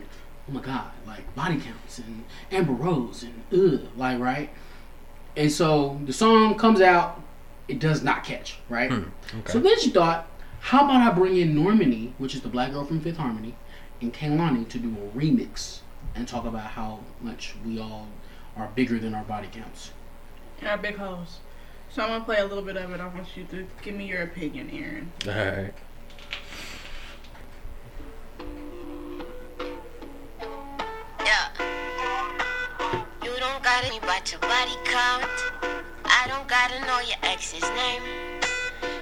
[SPEAKER 3] oh my god, like body counts and Amber Rose and ugh, like right. And so the song comes out, it does not catch, right?
[SPEAKER 5] okay.
[SPEAKER 3] So then she thought, how about I bring in Normani, which is the black girl from Fifth Harmony, and Kaylani to do a remix and talk about how much we all are bigger than our body counts.
[SPEAKER 2] Our big hoes. So I'm gonna play a little bit of it. I want you to give me your opinion, Aaron.
[SPEAKER 5] All right.
[SPEAKER 6] Yeah. You don't gotta know about your body count. I don't gotta know your ex's name.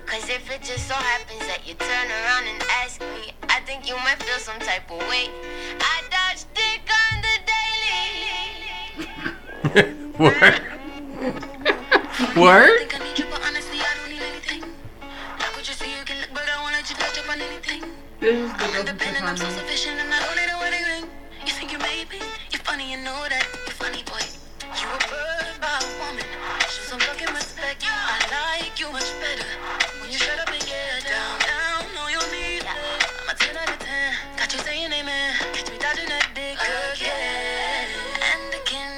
[SPEAKER 6] Cause if it just so happens that you turn around and ask me, I think you might feel some type of way. I dodge dick on the daily.
[SPEAKER 5] Word.
[SPEAKER 2] [LAUGHS]
[SPEAKER 5] Word.
[SPEAKER 6] Think I need you, but honestly, I don't need anything. I could just see you can look, but I won't let you touch up on anything.
[SPEAKER 2] This is the Ghost of Fifth
[SPEAKER 6] I'm independent, I'm so
[SPEAKER 2] Harmony.
[SPEAKER 6] sufficient, and I don't need a wedding ring. You think you made me? You're funny, you know that. You're funny, boy. You were burned by a woman. Show some fucking respect. I like you much better. When you shut up and get down, down, know you need it. I'm a 10 out of 10. Got you saying amen. Catch me dodging that dick again. And again.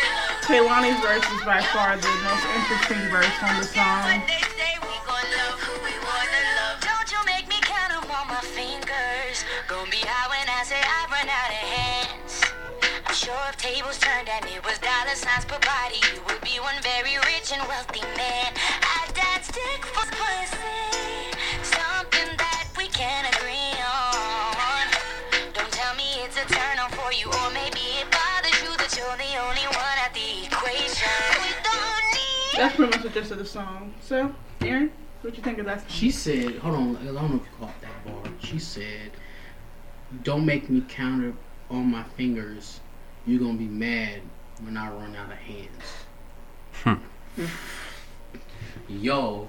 [SPEAKER 2] Kehlani's verse is by far the most interesting verse on the song.
[SPEAKER 6] They say we gon' love who we wanna love.
[SPEAKER 1] Don't you make me count 'em on my fingers. Gonna be high when I say I run out of hands. I'm sure if tables turned and it was dollar signs per body, you would be one very rich and wealthy man. I dad stick for pussy, something that we can agree on. Don't tell me it's a turn on for you, or maybe it bothers you that you're the only one at the equation. We don't need.
[SPEAKER 2] That's pretty much the gist of the song. So, Aaron, what you think of that?
[SPEAKER 3] She said, hold on, I don't know if you caught that bar. She said, don't make me count it on my fingers. You're going to be mad when I run out of hands. yo.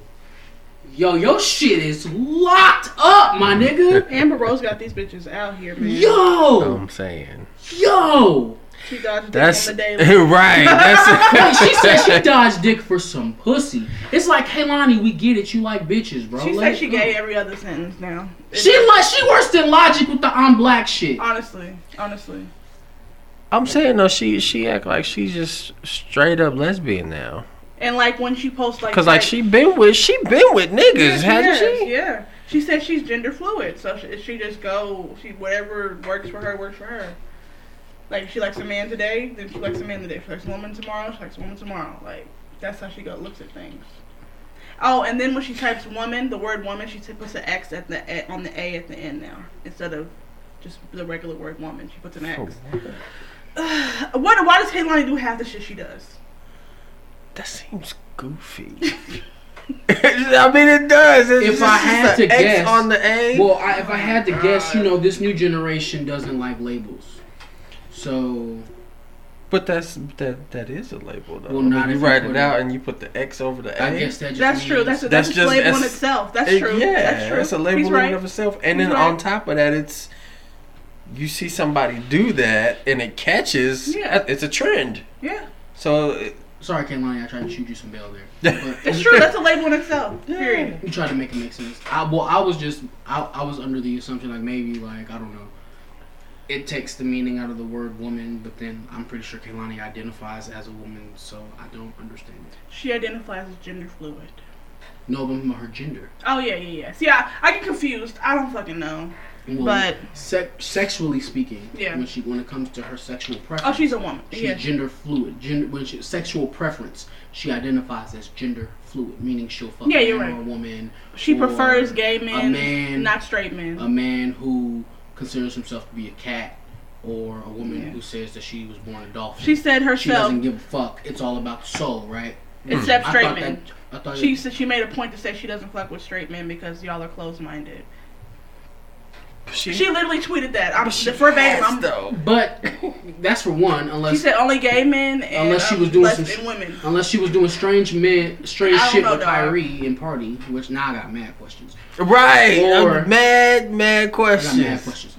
[SPEAKER 3] Yo, your shit is locked up,
[SPEAKER 2] [LAUGHS]
[SPEAKER 3] my nigga.
[SPEAKER 2] Amber Rose got these bitches out here, man.
[SPEAKER 3] Yo.
[SPEAKER 5] I'm saying.
[SPEAKER 3] Yo.
[SPEAKER 2] She dodged
[SPEAKER 5] That's
[SPEAKER 2] dick on
[SPEAKER 5] [LAUGHS]
[SPEAKER 2] the daily. [LAUGHS]
[SPEAKER 5] right.
[SPEAKER 3] Wait,
[SPEAKER 5] That's [LAUGHS]
[SPEAKER 3] she said she dodged dick for some pussy. It's like, hey Lonnie, we get it. You like bitches, bro.
[SPEAKER 2] She
[SPEAKER 3] Let
[SPEAKER 2] said
[SPEAKER 3] it
[SPEAKER 2] she
[SPEAKER 3] go.
[SPEAKER 2] gay every other sentence now.
[SPEAKER 3] She like she worse than logic with the I'm black shit.
[SPEAKER 2] honestly, honestly.
[SPEAKER 5] I'm saying though she she act like she's just straight up lesbian now.
[SPEAKER 2] And like when she posts like
[SPEAKER 5] Cause like
[SPEAKER 2] that-
[SPEAKER 5] she been with she been with niggas,
[SPEAKER 2] Yes,
[SPEAKER 5] hadn't
[SPEAKER 2] yes,
[SPEAKER 5] she?
[SPEAKER 2] Yeah. She said she's gender fluid, so she, she just go she whatever works for her works for her. Like she likes a man today, then she likes a man today. She likes a woman tomorrow, she likes a woman tomorrow. Like that's how she go looks at things. Oh, and then when she types woman, the word woman, she t- puts an X at the a, on the A at the end now instead of just the regular word woman. She puts an X.
[SPEAKER 5] Oh.
[SPEAKER 2] Uh, What? Why does Kaylani do half the shit she does?
[SPEAKER 5] That seems goofy. [LAUGHS] I mean, it does. It's
[SPEAKER 3] If
[SPEAKER 5] just-
[SPEAKER 3] I
[SPEAKER 5] it's
[SPEAKER 3] had
[SPEAKER 5] a
[SPEAKER 3] to
[SPEAKER 5] X
[SPEAKER 3] guess-
[SPEAKER 5] on the A,
[SPEAKER 3] Well, I,
[SPEAKER 2] Oh
[SPEAKER 3] if I had to guess, you know, this new generation doesn't like labels. So
[SPEAKER 5] but that's that that is a label though.
[SPEAKER 3] Well,
[SPEAKER 5] I mean,
[SPEAKER 3] not
[SPEAKER 5] you
[SPEAKER 3] if you
[SPEAKER 5] write
[SPEAKER 3] put
[SPEAKER 5] it
[SPEAKER 3] it-
[SPEAKER 5] out and you put the X over the A.
[SPEAKER 3] I guess that just
[SPEAKER 2] That's true.
[SPEAKER 3] means-
[SPEAKER 2] That's a,
[SPEAKER 5] That's
[SPEAKER 2] that's, a
[SPEAKER 5] just-
[SPEAKER 2] label in
[SPEAKER 5] that's-
[SPEAKER 2] itself. That's
[SPEAKER 5] It-
[SPEAKER 2] true.
[SPEAKER 5] Yeah,
[SPEAKER 2] that's true.
[SPEAKER 5] It's a label
[SPEAKER 2] He's
[SPEAKER 5] in
[SPEAKER 2] right.
[SPEAKER 5] and of itself. And then
[SPEAKER 2] He's
[SPEAKER 5] on
[SPEAKER 2] right.
[SPEAKER 5] top of that, it's you see somebody do that and it catches.
[SPEAKER 2] Yeah.
[SPEAKER 5] It's a trend.
[SPEAKER 2] Yeah,
[SPEAKER 5] So it-
[SPEAKER 3] sorry, Kaylani, I tried to shoot you some bail there. But
[SPEAKER 2] it's true. That's a label in itself. Period.
[SPEAKER 3] you tried to make it make sense. I, well, I was just I, I was under the assumption like maybe like I don't know. It takes the meaning out of the word woman, but then I'm pretty sure Kaylani identifies as a woman, so I don't understand it.
[SPEAKER 2] She identifies as gender fluid.
[SPEAKER 3] No, but her gender.
[SPEAKER 2] Oh yeah, yeah, yeah. See, I, I get confused. I don't fucking know.
[SPEAKER 3] Well,
[SPEAKER 2] But-
[SPEAKER 3] sec- sexually speaking,
[SPEAKER 2] Yeah.
[SPEAKER 3] when she when it comes to her sexual
[SPEAKER 2] Oh,
[SPEAKER 3] preference,
[SPEAKER 2] she's a woman.
[SPEAKER 3] she's
[SPEAKER 2] yeah.
[SPEAKER 3] gender fluid. Gender when she sexual preference, she identifies as gender fluid, meaning she'll fuck
[SPEAKER 2] Yeah,
[SPEAKER 3] a
[SPEAKER 2] you're
[SPEAKER 3] man or
[SPEAKER 2] right.
[SPEAKER 3] a woman.
[SPEAKER 2] she
[SPEAKER 3] or
[SPEAKER 2] prefers gay men,
[SPEAKER 3] man-
[SPEAKER 2] not straight men.
[SPEAKER 3] a man who considers himself to be a cat, or a woman
[SPEAKER 2] Yeah.
[SPEAKER 3] who says that she was born a dolphin.
[SPEAKER 2] she said
[SPEAKER 3] she
[SPEAKER 2] herself,
[SPEAKER 3] doesn't give a fuck. It's all about the soul, right?
[SPEAKER 2] except straight
[SPEAKER 3] thought
[SPEAKER 2] men.
[SPEAKER 3] that. I thought
[SPEAKER 2] She
[SPEAKER 3] that-
[SPEAKER 2] said she made a point to say she doesn't fuck with straight men because y'all are closed minded.
[SPEAKER 5] she,
[SPEAKER 2] She literally tweeted that. I'm
[SPEAKER 5] she has,
[SPEAKER 2] verbatim. I'm,
[SPEAKER 5] though.
[SPEAKER 3] but [LAUGHS] that's for one.
[SPEAKER 2] she
[SPEAKER 3] Unless
[SPEAKER 2] said only gay men and
[SPEAKER 3] Unless she
[SPEAKER 2] um,
[SPEAKER 3] was doing some
[SPEAKER 2] lesbian
[SPEAKER 3] sh-
[SPEAKER 2] women.
[SPEAKER 3] Unless she was doing strange men, strange
[SPEAKER 2] I don't
[SPEAKER 3] shit
[SPEAKER 2] know,
[SPEAKER 3] with
[SPEAKER 2] dog.
[SPEAKER 3] Kyrie and party, which now I got mad questions.
[SPEAKER 5] Right.
[SPEAKER 3] Or-
[SPEAKER 5] I'm mad, mad
[SPEAKER 3] I got mad
[SPEAKER 5] questions.
[SPEAKER 3] questions.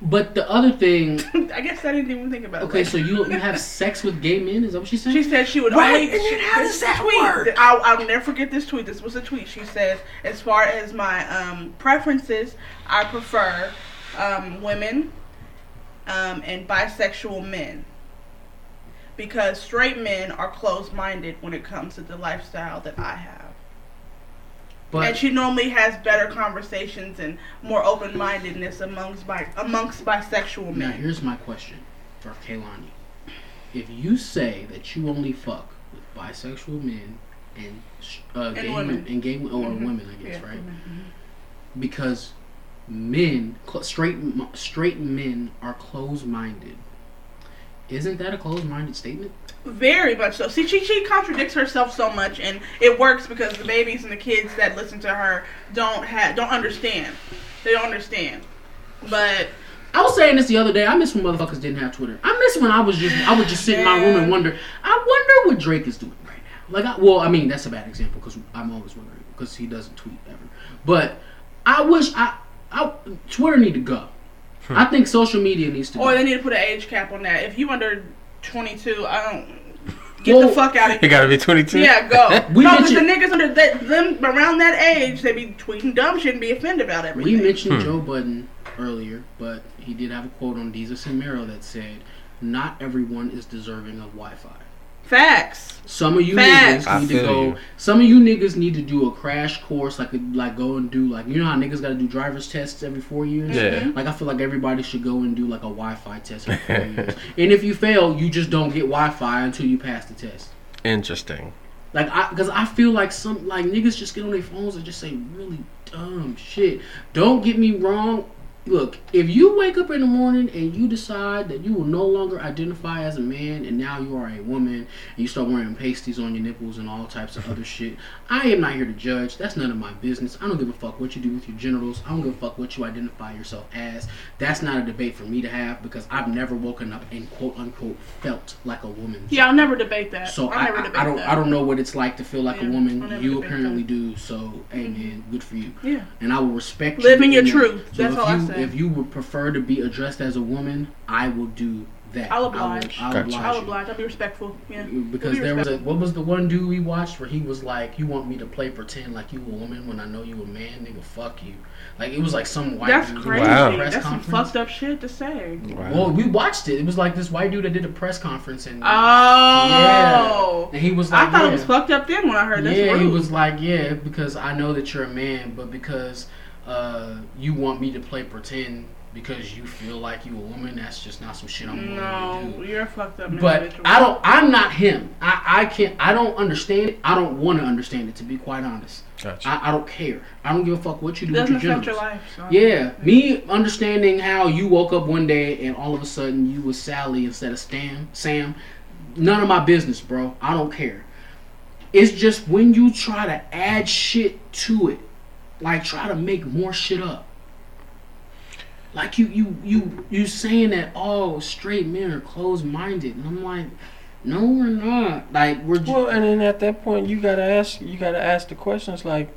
[SPEAKER 3] But the other thing,
[SPEAKER 2] [LAUGHS] I guess I didn't even think about
[SPEAKER 3] Um, okay,
[SPEAKER 2] it.
[SPEAKER 3] so you you
[SPEAKER 2] [LAUGHS]
[SPEAKER 3] have sex with gay men? Is that what she said?
[SPEAKER 2] She said she would
[SPEAKER 5] Right,
[SPEAKER 2] only.
[SPEAKER 5] and then
[SPEAKER 2] she-
[SPEAKER 5] how
[SPEAKER 2] this
[SPEAKER 5] does
[SPEAKER 2] is a
[SPEAKER 5] that
[SPEAKER 2] tweet.
[SPEAKER 5] work?
[SPEAKER 2] I'll, I'll never forget this tweet. This was a tweet. She says, as far as my um, preferences, I prefer um, women um, and bisexual men. Because straight men are closed minded when it comes to the lifestyle that I have. and
[SPEAKER 3] But
[SPEAKER 2] she normally has better conversations and more open mindedness amongst bi- amongst bisexual
[SPEAKER 3] now
[SPEAKER 2] men.
[SPEAKER 3] here's my question for Kaylani. If you say that you only fuck with bisexual men and sh- uh, gay
[SPEAKER 2] women.
[SPEAKER 3] and gay or
[SPEAKER 2] Mhm.
[SPEAKER 3] women, I guess,
[SPEAKER 2] Yeah. mm-hmm.
[SPEAKER 3] right? Because men, cl- straight m- straight men are closed minded. Isn't that a closed minded statement?
[SPEAKER 2] Very much so. See, she, she contradicts herself so much, and it works because the babies and the kids that listen to her don't have don't understand. They don't understand. But
[SPEAKER 3] I was saying this the other day. I miss when motherfuckers didn't have Twitter. I miss when I was just I would just sit in my room and wonder. I wonder what Drake is doing right now. Like, I, well, I mean that's a bad example because I'm always wondering because he doesn't tweet ever. But I wish I, I Twitter need to go. I think social media needs to.
[SPEAKER 2] or
[SPEAKER 3] go.
[SPEAKER 2] they need to put an age cap on that. If you under twenty two, I don't get
[SPEAKER 3] Well-
[SPEAKER 2] the fuck out of
[SPEAKER 3] [LAUGHS]
[SPEAKER 5] You
[SPEAKER 2] here.
[SPEAKER 5] gotta be 22.
[SPEAKER 2] Yeah, go.
[SPEAKER 3] We
[SPEAKER 2] no, because the
[SPEAKER 3] mentioned-
[SPEAKER 2] niggas under that, them around that age, they be tweeting dumb shit and be offended about
[SPEAKER 3] We
[SPEAKER 2] everything.
[SPEAKER 3] mentioned Joe Budden earlier, but he did have a quote on Jesus and Mero that said, "Not everyone is deserving of Wi-Fi."
[SPEAKER 2] Facts.
[SPEAKER 3] Some of you
[SPEAKER 2] Facts.
[SPEAKER 3] niggas
[SPEAKER 5] I
[SPEAKER 3] need to
[SPEAKER 5] feel
[SPEAKER 3] go.
[SPEAKER 5] you.
[SPEAKER 3] Some of you niggas need to do a crash course, like like go and do like you know how niggas got to do driver's tests every four years.
[SPEAKER 5] Yeah.
[SPEAKER 3] Like I feel like everybody should go and do like a Wi-Fi test every
[SPEAKER 5] [LAUGHS]
[SPEAKER 3] four years. And if you fail, you just don't get Wi-Fi until you pass the test.
[SPEAKER 5] Interesting.
[SPEAKER 3] Like I, because I feel like some like niggas just get on their phones and just say really dumb shit. Don't get me wrong. Look, if you wake up in the morning and you decide that you will no longer identify as a man and now you are a woman and you start wearing pasties on your nipples and all types of other shit, I am not here to judge. That's none of my business. I don't give a fuck what you do with your genitals. I don't give a fuck what you identify yourself as. That's not a debate for me to have because I've never woken up and quote unquote felt like a woman.
[SPEAKER 2] Yeah, I'll never debate that.
[SPEAKER 3] So
[SPEAKER 2] I'll
[SPEAKER 3] I,
[SPEAKER 2] never
[SPEAKER 3] I,
[SPEAKER 2] debate
[SPEAKER 3] I don't
[SPEAKER 2] that.
[SPEAKER 3] I don't know what it's like to feel like
[SPEAKER 2] Yeah,
[SPEAKER 3] a
[SPEAKER 2] I'll
[SPEAKER 3] woman.
[SPEAKER 2] never
[SPEAKER 3] You
[SPEAKER 2] debate
[SPEAKER 3] apparently do. So hey man, good for you.
[SPEAKER 2] Yeah.
[SPEAKER 3] And I will respect
[SPEAKER 2] Live in
[SPEAKER 3] you
[SPEAKER 2] your
[SPEAKER 3] that.
[SPEAKER 2] truth. That's
[SPEAKER 3] if
[SPEAKER 2] all I
[SPEAKER 3] you,
[SPEAKER 2] say.
[SPEAKER 3] If you would prefer to be addressed as a woman, I will do that.
[SPEAKER 2] I'll
[SPEAKER 3] I will-
[SPEAKER 2] oblige.
[SPEAKER 3] I'll
[SPEAKER 5] Gotcha.
[SPEAKER 3] oblige.
[SPEAKER 2] I'll
[SPEAKER 3] you.
[SPEAKER 2] oblige. I'll be respectful. Yeah. We'll
[SPEAKER 3] Because
[SPEAKER 2] be
[SPEAKER 3] there was a
[SPEAKER 2] respectful.
[SPEAKER 3] what was the one dude we watched where he was like, "You want me to play pretend like you a woman when I know you a man, nigga? Fuck you!" Like it was like some white.
[SPEAKER 2] That's
[SPEAKER 3] dude.
[SPEAKER 2] crazy.
[SPEAKER 5] Wow.
[SPEAKER 3] Press
[SPEAKER 2] That's some
[SPEAKER 3] conference.
[SPEAKER 2] fucked up shit to say.
[SPEAKER 5] Wow.
[SPEAKER 3] Well, we watched it. It was like this white dude that did a press conference and
[SPEAKER 2] Oh.
[SPEAKER 3] and he was
[SPEAKER 2] Ah.
[SPEAKER 3] like,
[SPEAKER 2] I thought
[SPEAKER 3] "Yeah."
[SPEAKER 2] it was fucked up then when I heard
[SPEAKER 3] yeah,
[SPEAKER 2] this.
[SPEAKER 3] he was like, yeah, because I know that you're a man, but because uh, you want me to play pretend because you feel like you a woman, that's just not some shit I'm willing
[SPEAKER 2] No,
[SPEAKER 3] to do.
[SPEAKER 2] you're a fucked up.
[SPEAKER 3] But
[SPEAKER 2] individual.
[SPEAKER 3] I don't. I'm not him. I, I can't. I don't understand it. I don't want to understand it. To be quite honest,
[SPEAKER 5] Gotcha.
[SPEAKER 3] I, I don't care. I don't give a fuck what you
[SPEAKER 2] It
[SPEAKER 3] do.
[SPEAKER 2] doesn't
[SPEAKER 3] with your
[SPEAKER 2] affect your
[SPEAKER 3] genitals.
[SPEAKER 2] life. So.
[SPEAKER 3] Yeah, me understanding how you woke up one day and all of a sudden you was Sally instead of Stan, Sam. None of my business, bro. I don't care. It's just when you try to add shit to it, like try to make more shit up. Like you, you, you, you saying that all straight men are closed-minded, and I'm like, no, we're not. Like we're just,
[SPEAKER 5] Well, and then at that point, you gotta ask. You gotta ask the questions like,